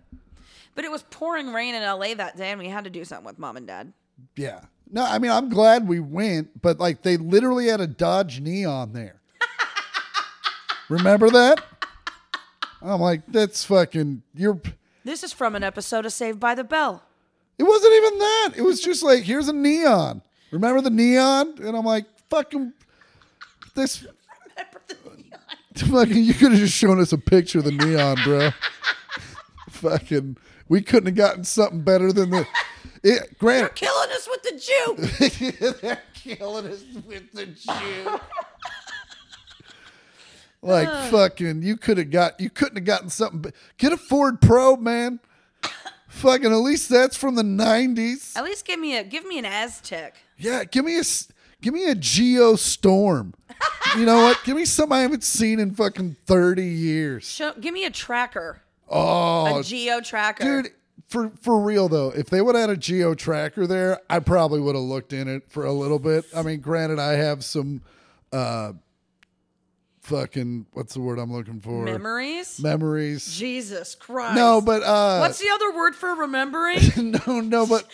but it was pouring rain in LA that day and we had to do something with mom and dad. Yeah. No, I mean, I'm glad we went, but like they literally had a Dodge Neon there. Remember that? I'm like, that's fucking, you're, This is from an episode of Saved by the Bell. It wasn't even that. It was just like, here's a neon. Remember the neon? And I'm like, fucking this. Fucking, you could have just shown us a picture of the neon, bro. fucking, we couldn't have gotten something better than the. It, granted, Killing us with the Jew. they're killing us with the Jew. like fucking, you could have got, you couldn't have gotten something. But get a Ford Pro, man. fucking, at least that's from the nineties. At least give me a give me an Aztec. Yeah, give me a, s- give me a Geo Storm. you know what? Give me something I haven't seen in fucking thirty years. Show, give me a tracker, Oh, a geo tracker. dude. For, for real though, if they would have had a geo tracker there, I probably would have looked in it for a little bit. I mean, granted, I have some uh fucking what's the word I'm looking for? memories. Memories. Jesus Christ. No, but uh What's the other word for remembering? no, no, but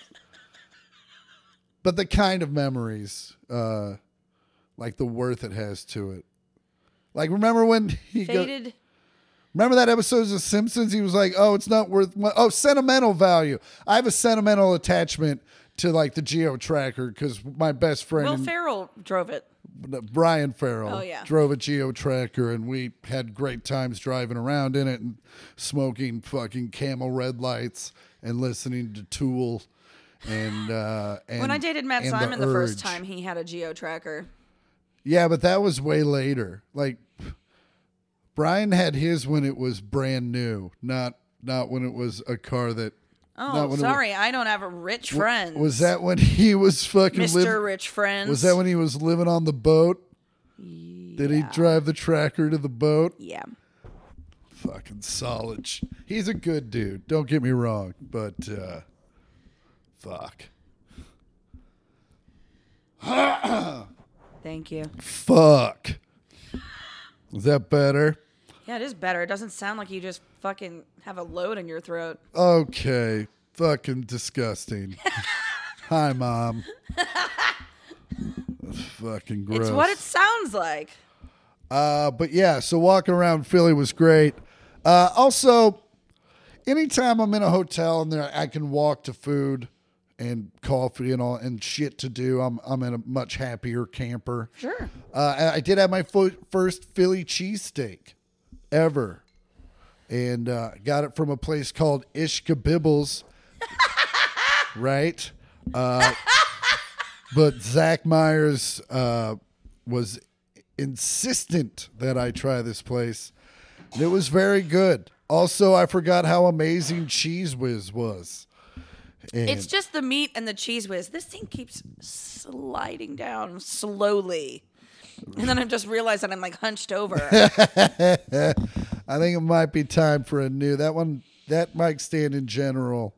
but the kind of memories, uh like the worth it has to it. Like remember when he go- Faded. Remember that episode of The Simpsons? He was like, "Oh, it's not worth mu- oh sentimental value." I have a sentimental attachment to like the Geo Tracker because my best Will friend Ferrell drove it. and, Brian Farrell Oh, yeah. drove a Geo Tracker, and we had great times driving around in it and smoking fucking Camel red lights and listening to Tool. And, uh, and When I dated Matt and Simon the, first Urge. time, he had a geo tracker. yeah, but that was way later. Like Brian had his when it was brand new, not not when it was a car that. not Oh, when it sorry, I don't have a rich friend. Was, was that when he was fucking Mr. living? rich Friends? Was that when he was living on the boat? Did he drive the tracker to the boat? Yeah. Fucking solid. sh- He's a good dude. Don't get me wrong, but uh, fuck, Thank you. fuck. Is that better? Yeah, it is better. It doesn't sound like you just fucking have a load in your throat. Okay. Fucking disgusting. Hi, mom. That's fucking gross. It's what it sounds like. uh, but yeah, so walking around Philly was great. Uh, also, anytime I'm in a hotel and there I can walk to food and coffee and all and shit to do, I'm I'm in a much happier camper. Sure. Uh, and I did have my fo- first Philly cheesesteak ever, and uh, got it from a place called Ishka Bibbles, right? Uh, but Zach Myers uh, was insistent that I try this place, and it was very good. Also, I forgot how amazing Cheese Whiz was. And It's just the meat and the cheese whiz. This thing keeps sliding down slowly. And then I just realized that I'm like hunched over. I think it might be time for a new that one. That mic stand in general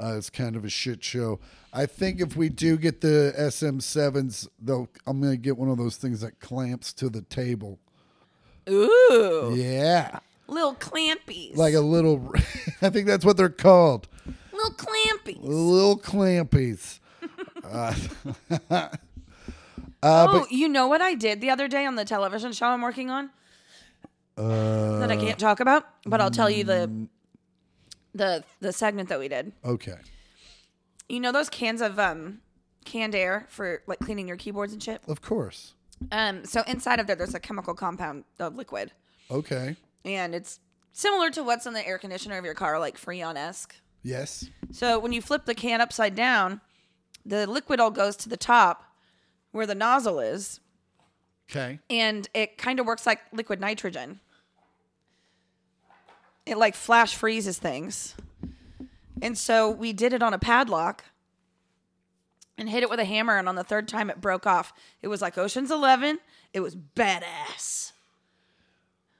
uh, is kind of a shit show. I think if we do get the SM sevens, though, I'm gonna get one of those things that clamps to the table. Ooh. Yeah, Little clampies. like a little. I think that's what they're called, little clampies. little clampies. oh, you know what I did the other day on the television show I'm working on that I can't talk about, but I'll tell you the the the segment that we did. Okay, You know those cans of um canned air for like cleaning your keyboards and shit. of course. Um, so inside of there, there's a chemical compound, a liquid, Okay, and it's similar to what's in the air conditioner of your car, like Freon esque. yes. So when you flip the can upside down, the liquid all goes to the top where the nozzle is, Okay, and it kind of works like liquid nitrogen. It like flash freezes things. And so we did it on a padlock and hit it with a hammer. And on the third time, it broke off. It was like Ocean's 11. It was badass.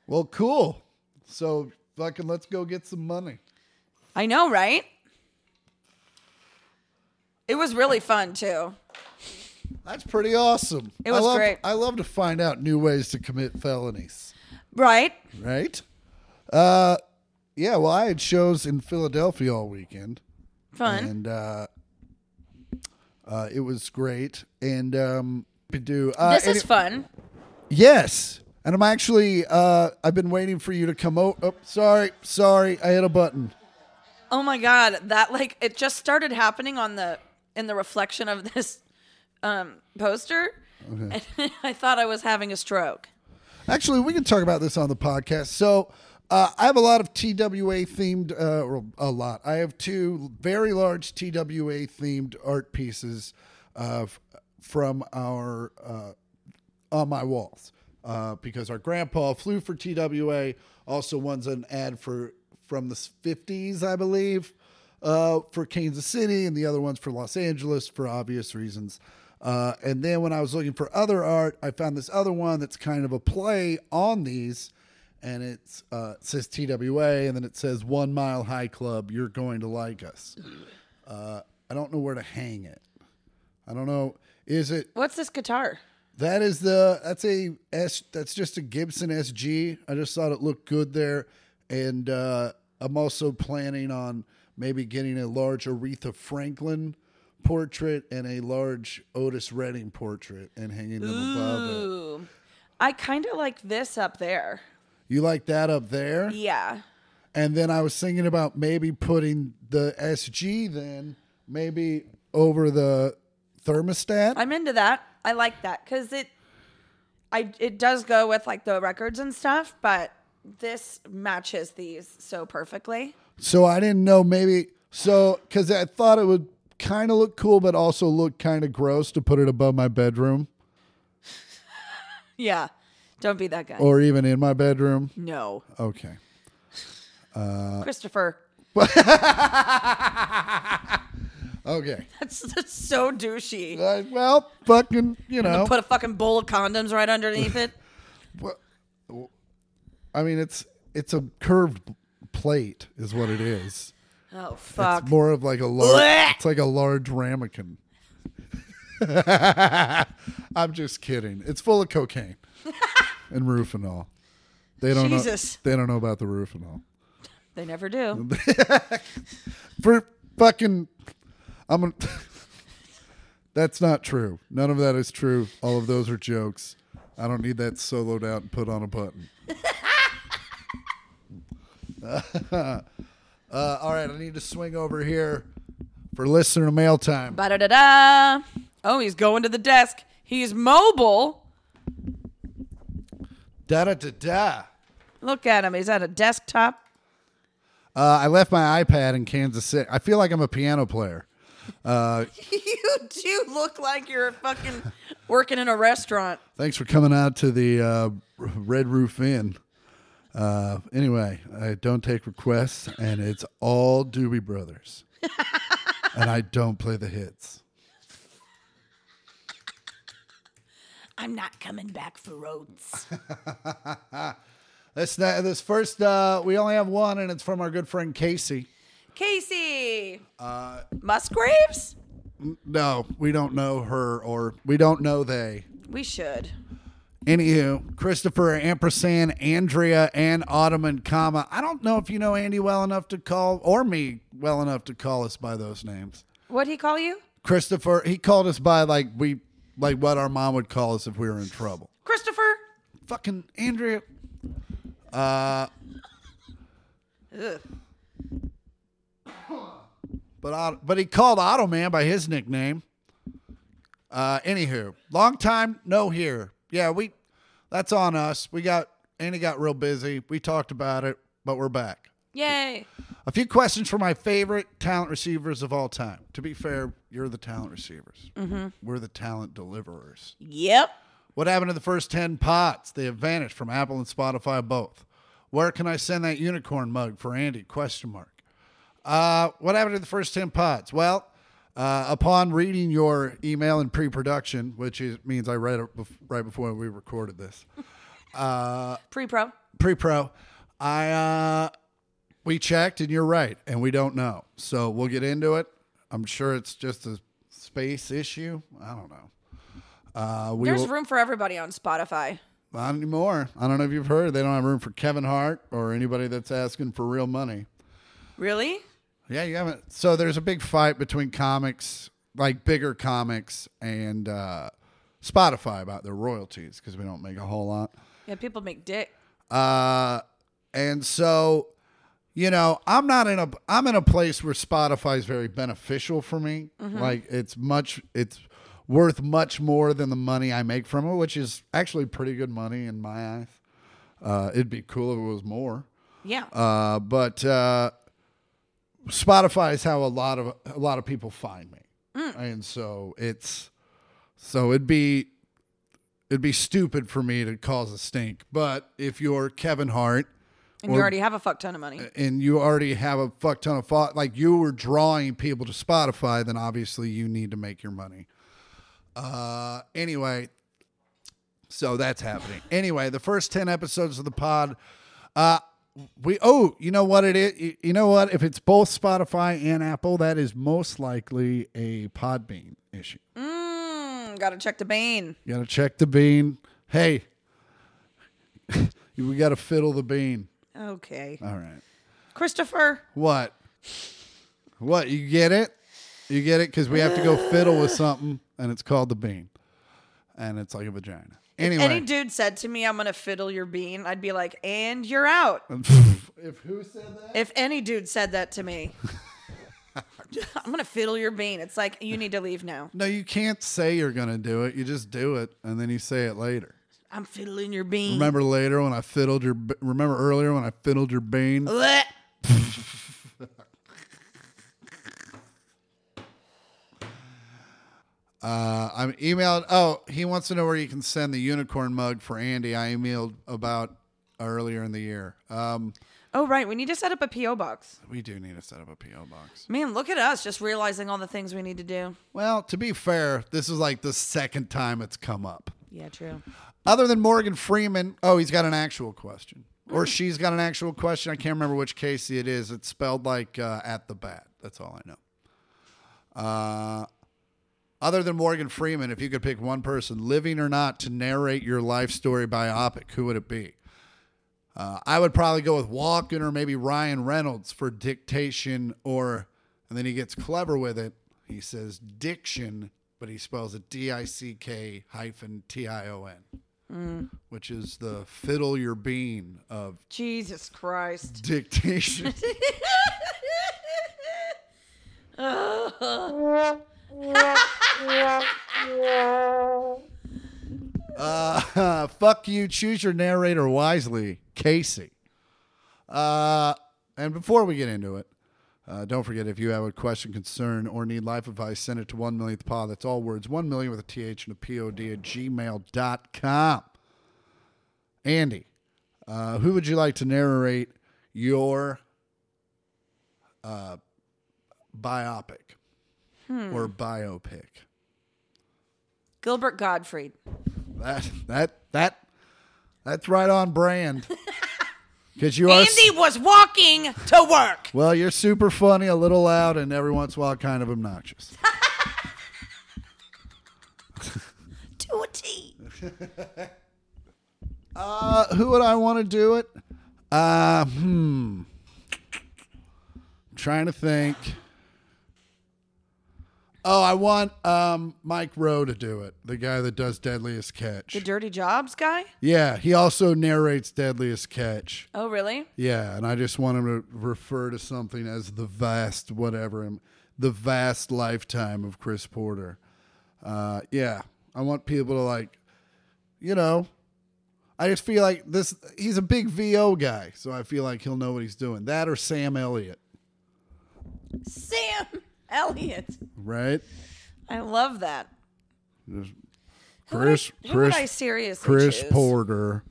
well, cool. So fucking, let's go get some money. I know, right? It was really fun, too. That's pretty awesome. It was I love, great. I love to find out new ways to commit felonies, Right? right? Uh, yeah. Well, I had shows in Philadelphia all weekend, Fun. and uh, uh, it was great. And um, we do uh, this and is it- fun. yes. And I'm actually uh, I've been waiting for you to come over. Oh, sorry, sorry, I hit a button. Oh my god, that like it just started happening on the in the reflection of this um poster. And I thought I was having a stroke. Actually, we can talk about this on the podcast. So, uh, I have a lot of TWA themed, uh, or a lot. I have two very large TWA themed art pieces of from our uh, on my walls uh, because our grandpa flew for TWA. Also, one's an ad for from the '50s, I believe, uh, for Kansas City, and the other one's for Los Angeles for obvious reasons. Uh, and then when I was looking for other art, I found this other one that's kind of a play on these, and it's uh, it says TWA, and then it says One Mile High Club. You're going to like us. Uh, I don't know where to hang it. I don't know. Is it What's this guitar? that is the that's a S that's just a Gibson SG. I just thought it looked good there. And uh I'm also planning on maybe getting a large Aretha Franklin portrait and a large Otis Redding portrait and hanging them above it. Ooh. I kind of like this up there. You like that up there? Yeah. And then I was thinking about maybe putting the SG then maybe over the thermostat. I'm into that. I like that cuz it I it does go with like the records and stuff, but this matches these so perfectly. So I didn't know maybe so because I thought it would kind of look cool, but also look kind of gross to put it above my bedroom Yeah. Don't be that guy. or even in my bedroom. no. Okay. Christopher, Okay. that's, that's so douchey. Uh, well, fucking, you know. Put a fucking bowl of condoms right underneath it. I mean, it's it's a curved plate, is what it is. Oh fuck. It's more of like a large. it's like a large ramekin. I'm just kidding. It's full of cocaine and rufinol. They don't Jesus. know. They don't know about the rufinol. They never do. for fucking I'm gonna That's not true. None of that is true. All of those are jokes. I don't need that soloed out and put on a button. uh, all right, I need to swing over here for listener mail time. Ba da da da. Oh, he's going to the desk. He's mobile. Da da da da. Look at him. He's at a desktop. Uh, I left my iPad in Kansas City. I feel like I'm a piano player. you do look like you're fucking working in a restaurant. Thanks for coming out to the uh, Red Roof Inn. Uh, anyway, I don't take requests, and it's all Doobie Brothers. and I don't play the hits. I'm not coming back for roads. This, na- this first, uh, we only have one, and it's from our good friend Casey. Casey. Uh, Musgraves. No, we don't know her, or we don't know they. We should. Anywho, Christopher, ampersand, Andrea, and Ottoman, comma. I don't know if you know Andy well enough to call, or me well enough to call us by those names. What'd he call you? Christopher, he called us by like we like what our mom would call us if we were in trouble. Christopher. Fucking Andrea. Uh Ugh. But Ot- but he called Otto Man by his nickname. Uh anywho, long time no here. Yeah, we that's on us. We got Andy got real busy. We talked about it, but we're back. Yay. A few questions for my favorite talent receivers of all time. To be fair, you're the talent receivers. We're the talent deliverers. Yep. What happened to the first 10 pots? They have vanished from Apple and Spotify both. Where can I send that unicorn mug for Andy? Question mark. Uh, what happened to the first 10 pots? Well, uh, upon reading your email in pre-production, which is, means I read it bef- right before we recorded this, Pre pro. pre-pro, I uh, we checked and you're right, and we don't know. So we'll get into it. I'm sure it's just a space issue. I don't know. Uh, we There's will- room for everybody on Spotify. Not anymore. I don't know if you've heard. They don't have room for Kevin Hart or anybody that's asking for real money. Really? Yeah, you haven't. So there's a big fight between comics, like bigger comics, and uh, Spotify about their royalties because we don't make a whole lot. Yeah, people make dick. Uh, and Uh, so you know, I'm not in a I'm in a place where Spotify is very beneficial for me. Like it's much it's worth much more than the money I make from it, which is actually pretty good money in my eyes. Uh, it'd be cool if it was more. Yeah. Uh, but uh, Spotify is how a lot of a lot of people find me, and so it's so it'd be it'd be stupid for me to cause a stink. But if you're Kevin Hart and you already have a fuck ton of money. and you already have a fuck ton of thought, like you were drawing people to Spotify, then obviously you need to make your money. Uh, anyway, so that's happening. Anyway, the first 10 episodes of the pod, uh, we, oh, you know what it is? You- You know what? If it's both Spotify and Apple, that is most likely a Podbean issue. Mm, gotta check the bean. You got to check the bean. Hey, we got to fiddle the bean. Okay. All right. Christopher, What? What? You get it? You get it? Because we have to go fiddle with something, and it's called the bean, and it's like a vagina. Anyway, any dude said to me, I'm gonna fiddle your bean, I'd be like, and you're out. if who said that? If any dude said that to me, I'm gonna fiddle your bean. It's like you need to leave now. No, you can't say you're gonna do it. You just do it, and then you say it later. I'm fiddling your bean. Remember later when I fiddled your. b- Remember earlier when I fiddled your bean. Blech. Uh, I'm emailed. Oh, he wants to know where you can send the unicorn mug for Andy. I emailed about earlier in the year. Um, Oh right, we need to set up a PO box. we do need to set up a PO box. Man, look at us just realizing all the things we need to do. Well, to be fair, this is like the second time it's come up. Yeah, true. Other than Morgan Freeman, oh, he's got an actual question. Or she's got an actual question. I can't remember which Casey it is. It's spelled like uh, at the bat. That's all I know. Uh, other than Morgan Freeman, if you could pick one person, living or not, to narrate your life story biopic, who would it be? Uh, I would probably go with Walken or maybe Ryan Reynolds for dictation, or and then he gets clever with it. He says diction, but he spells it D I C K hyphen T I O N, which is the fiddle your bean of Jesus Christ. dictation. uh, fuck you. Choose your narrator wisely, Casey. Uh, and before we get into it, uh, don't forget if you have a question, concern, or need life advice, send it to 1 millionth pod. That's all words 1 million with a TH and a POD at gmail.com. Andy, uh, who would you like to narrate your uh, biopic or biopic? Gilbert Gottfried. That that that that's right on brand. Because you are s- Andy was walking to work. well, you're super funny, a little loud, and every once in a while kind of obnoxious. To a T. Uh, who would I want to do it? Uh, hmm. Trying to think. Oh, I want um, Mike Rowe to do it, the guy that does Deadliest The Catch. Dirty Jobs guy? Yeah, he also narrates Deadliest Catch. Oh, really? Yeah, and I just want him to refer to something as the vast whatever, um, the vast lifetime of Chris Porter. Uh, yeah, I want people to like, you know, I just feel like this. He's a big VO guy, so I feel like he'll know what he's doing. That or Sam Elliott, Sam Elliott. right? I love that. Who would I- Chris, who would I Chris, seriously Chris choose? Porter.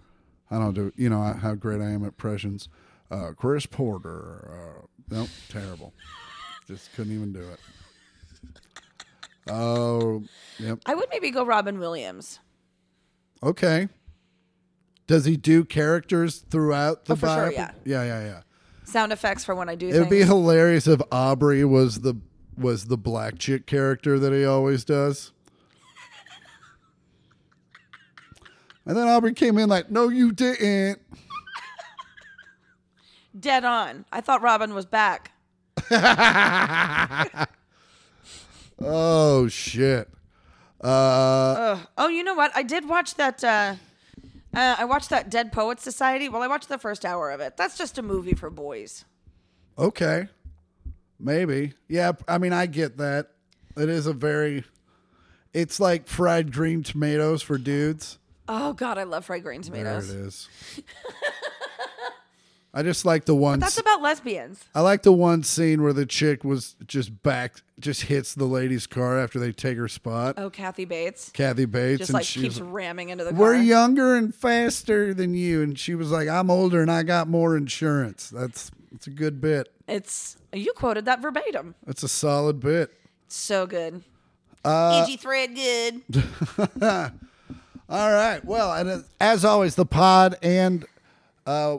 I don't do. You know I- how great I am at impressions. Uh, Chris Porter. Uh, nope, terrible. Just couldn't even do it. Oh, yep. I would maybe go Robin Williams. Okay. Does he do characters throughout the Oh, for sure, bio- yeah. yeah, yeah, yeah. Sound effects for when I do It would be things. hilarious if Aubrey was the was the black chick character that he always does. And then Aubrey came in like, "No, you didn't." Dead on. I thought Robin was back. Oh shit. Uh, Ugh. Oh, you know what? I did watch that. Uh, uh, I watched that Dead Poets Society. Well, I watched the first hour of it. That's just a movie for boys. Okay. Maybe. Yeah, I mean I get that. It is a very it's like fried green tomatoes for dudes. Oh God, I love fried green There it tomatoes. is. I just like the one That's about lesbians. I like the one scene where the chick was just back just hits the lady's car after they take her spot. Oh, Kathy Bates Kathy Bates just and like she's keeps ramming into the car. we're younger and faster than you and she was like i'm older and i got more insurance that's it's a good bit It's you quoted that verbatim. that's a solid bit So good. Uh, EG thread good. all right well and as- as always the pod and uh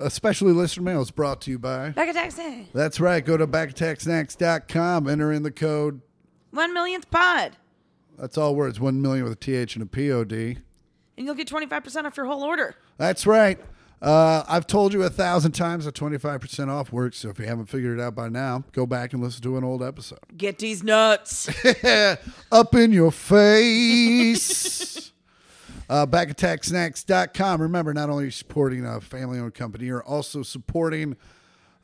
especially listener mail is brought to you by Back attack say that's right go to backattacksnacks.com enter in the code one millionth pod, that's all words 1 million with a th and a pod and you'll get twenty five percent off your whole order. That's right. Uh, I've told you a thousand times that 25% off works. So if you haven't figured it out by now, go back and listen to an old episode. Get these nuts. Up in your face. uh, backattacksnacks.com. Remember, not only are you supporting a family owned company, you're also supporting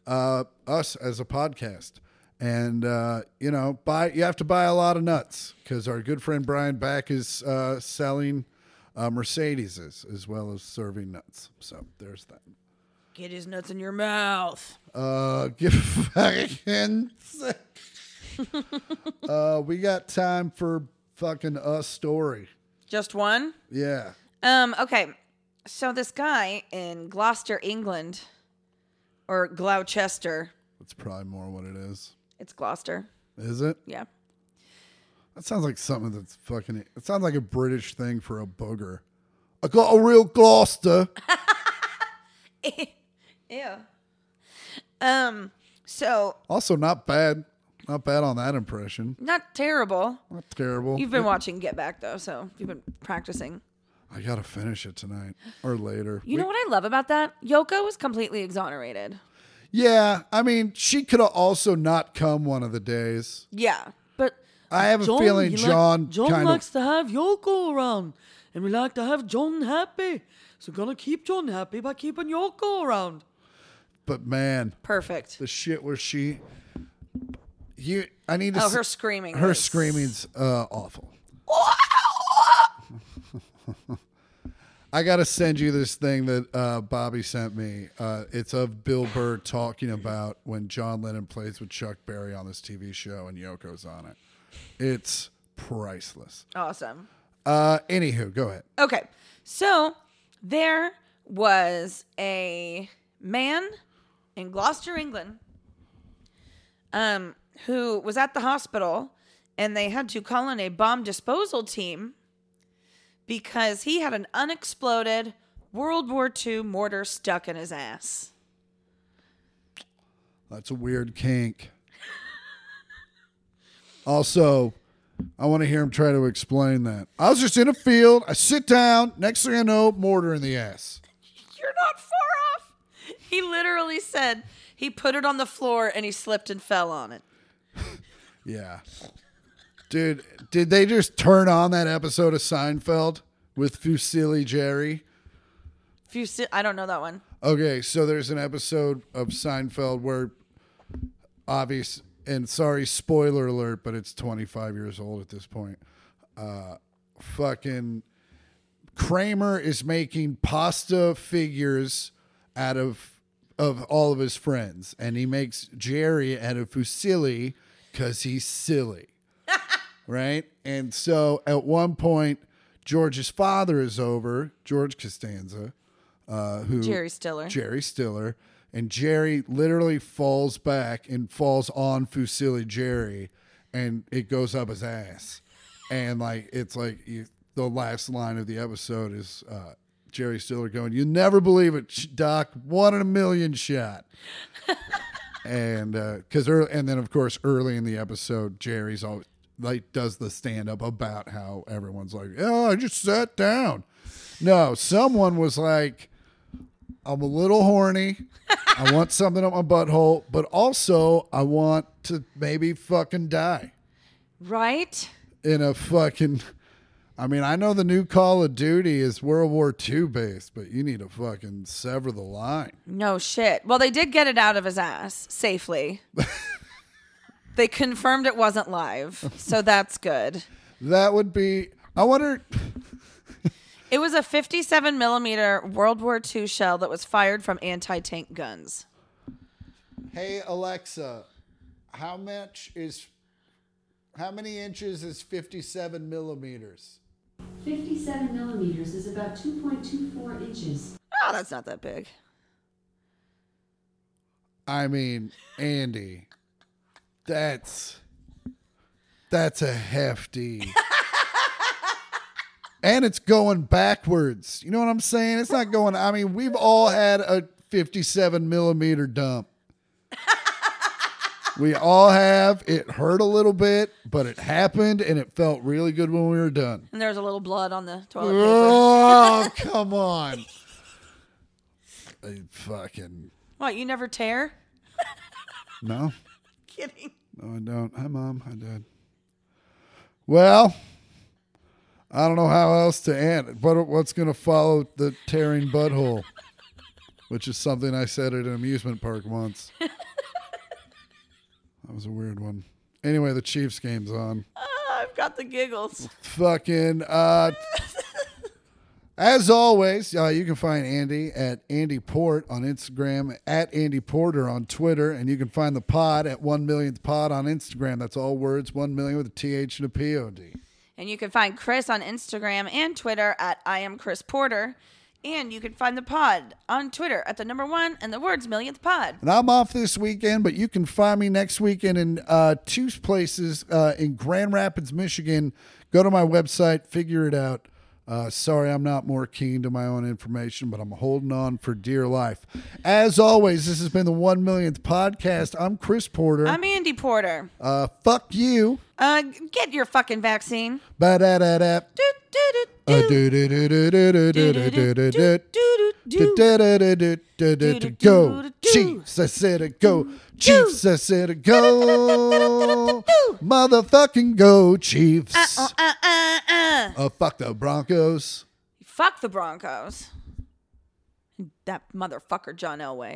uh, us as a podcast. And, uh, you know, buy you have to buy a lot of nuts because our good friend Brian Back is uh, selling uh, Mercedes as well as serving nuts. So there's that. Get his nuts in your mouth. Uh, give fucking. uh, we got time for fucking a story. Just one. Yeah. Um. Okay. So this guy in Gloucester, England, or Gloucester. That's probably more what it is. It's Gloucester. Is it? Yeah. That sounds like something that's fucking. It sounds like a British thing for a booger. I got a real Gloucester. Yeah. Um. So Also, not bad. Not bad on that impression. not terrible. Not terrible. You've been watching Get Back though, so you've been practicing. I gotta finish it tonight or later. You know what I love about that? Yoko was completely exonerated. Yeah, I mean, she could have also not come one of the days. Yeah, but I have a feeling he John John kind likes of. to have Yoko around, and we like to have John happy. So gonna keep John happy by keeping Yoko around. But man, perfect. the shit where she, you, I need to. Oh, s- her screaming. her was- screaming's uh, awful. I gotta send you this thing that uh, Bobby sent me. Uh, it's of Bill Burr talking about when John Lennon plays with Chuck Berry on this TV show and Yoko's on it. It's priceless. Awesome. Uh, anywho, go ahead. Okay, so there was a man in Gloucester, England, um, who was at the hospital, and they had to call in a bomb disposal team because he had an unexploded World War II mortar stuck in his ass. That's a weird kink. also, I want to hear him try to explain that. I was just in a field. I sit down. Next thing I know, mortar in the ass. You're not far off. He literally said he put it on the floor and he slipped and fell on it. Yeah. Dude, did they just turn on that episode of Seinfeld with Fusilli Jerry? If you sit, I don't know that one. Okay, so there's an episode of Seinfeld where obvious and sorry spoiler alert, but it's 25 years old at this point. Uh fucking Kramer is making pasta figures out of of all of his friends and he makes Jerry out of Fusilli cuz he's silly. right? And so at one point George's father is over, George Costanza, uh, who Jerry Stiller. Jerry Stiller, and Jerry literally falls back and falls on Fusilli Jerry, and it goes up his ass, and like it's like you, the last line of the episode is uh, Jerry Stiller going, "You never believe it, Ch- Doc, one in a million shot." and because early, and then of course early in the episode, Jerry's always like does the stand up about how everyone's like, "Oh, I just sat down." No, someone was like, "I'm a little horny. I want something up my butthole, but also I want to maybe fucking die Right? in a fucking." I mean, I know the new Call of Duty is World War II based, but you need to fucking sever the line. No shit. Well, they did get it out of his ass safely. they confirmed it wasn't live, so that's good. That would be. I wonder. It was a 57 millimeter World War II shell that was fired from anti tank guns. Hey Alexa, how much is? How many inches is fifty-seven millimeters? 57 millimeters is about 2.24 inches. Oh, that's not that big. I mean, Andy, that's that's a hefty. and it's going backwards. You know what I'm saying? It's not going. I mean, we've all had a 57 millimeter dump. we all have. It hurt a little bit, but it happened, and it felt really good when we were done. And there's a little blood on the toilet paper. Oh, come on! I fucking What, you never tear? no. Kidding. No, I don't. Hi, Mom. Hi, Dad. Well, I don't know how else to end it, but what's going to follow the tearing butthole, which is something I said at an amusement park once. That was a weird one. Anyway, the Chiefs game's on. Oh, I've got the giggles. Fucking, uh, as always, uh, you can find Andy at Andy Port on Instagram, at Andy Porter on Twitter, and you can find the pod at 1 millionth pod on Instagram. That's all words, 1 million with a TH and a POD. And you can find Chris on Instagram and Twitter at I am Chris Porter. And you can find the pod on Twitter at the number one and the words millionth pod. And I'm off this weekend, but you can find me next weekend in uh, two places uh, in Grand Rapids, Michigan. Go to my website, figure it out. Uh, sorry, I'm not more keen to my own information, but I'm holding on for dear life. As always, this has been the 1 millionth podcast. I'm Chris Porter. I'm Andy Porter. uh, fuck you. Uh, get your fucking vaccine. Ba da da da. Do, do, do, do. Go Chiefs! I said it. Go Chiefs! I said it. Go motherfucking go Chiefs! Uh, uh, uh. Oh fuck the Broncos. Fuck the Broncos. That motherfucker, John Elway.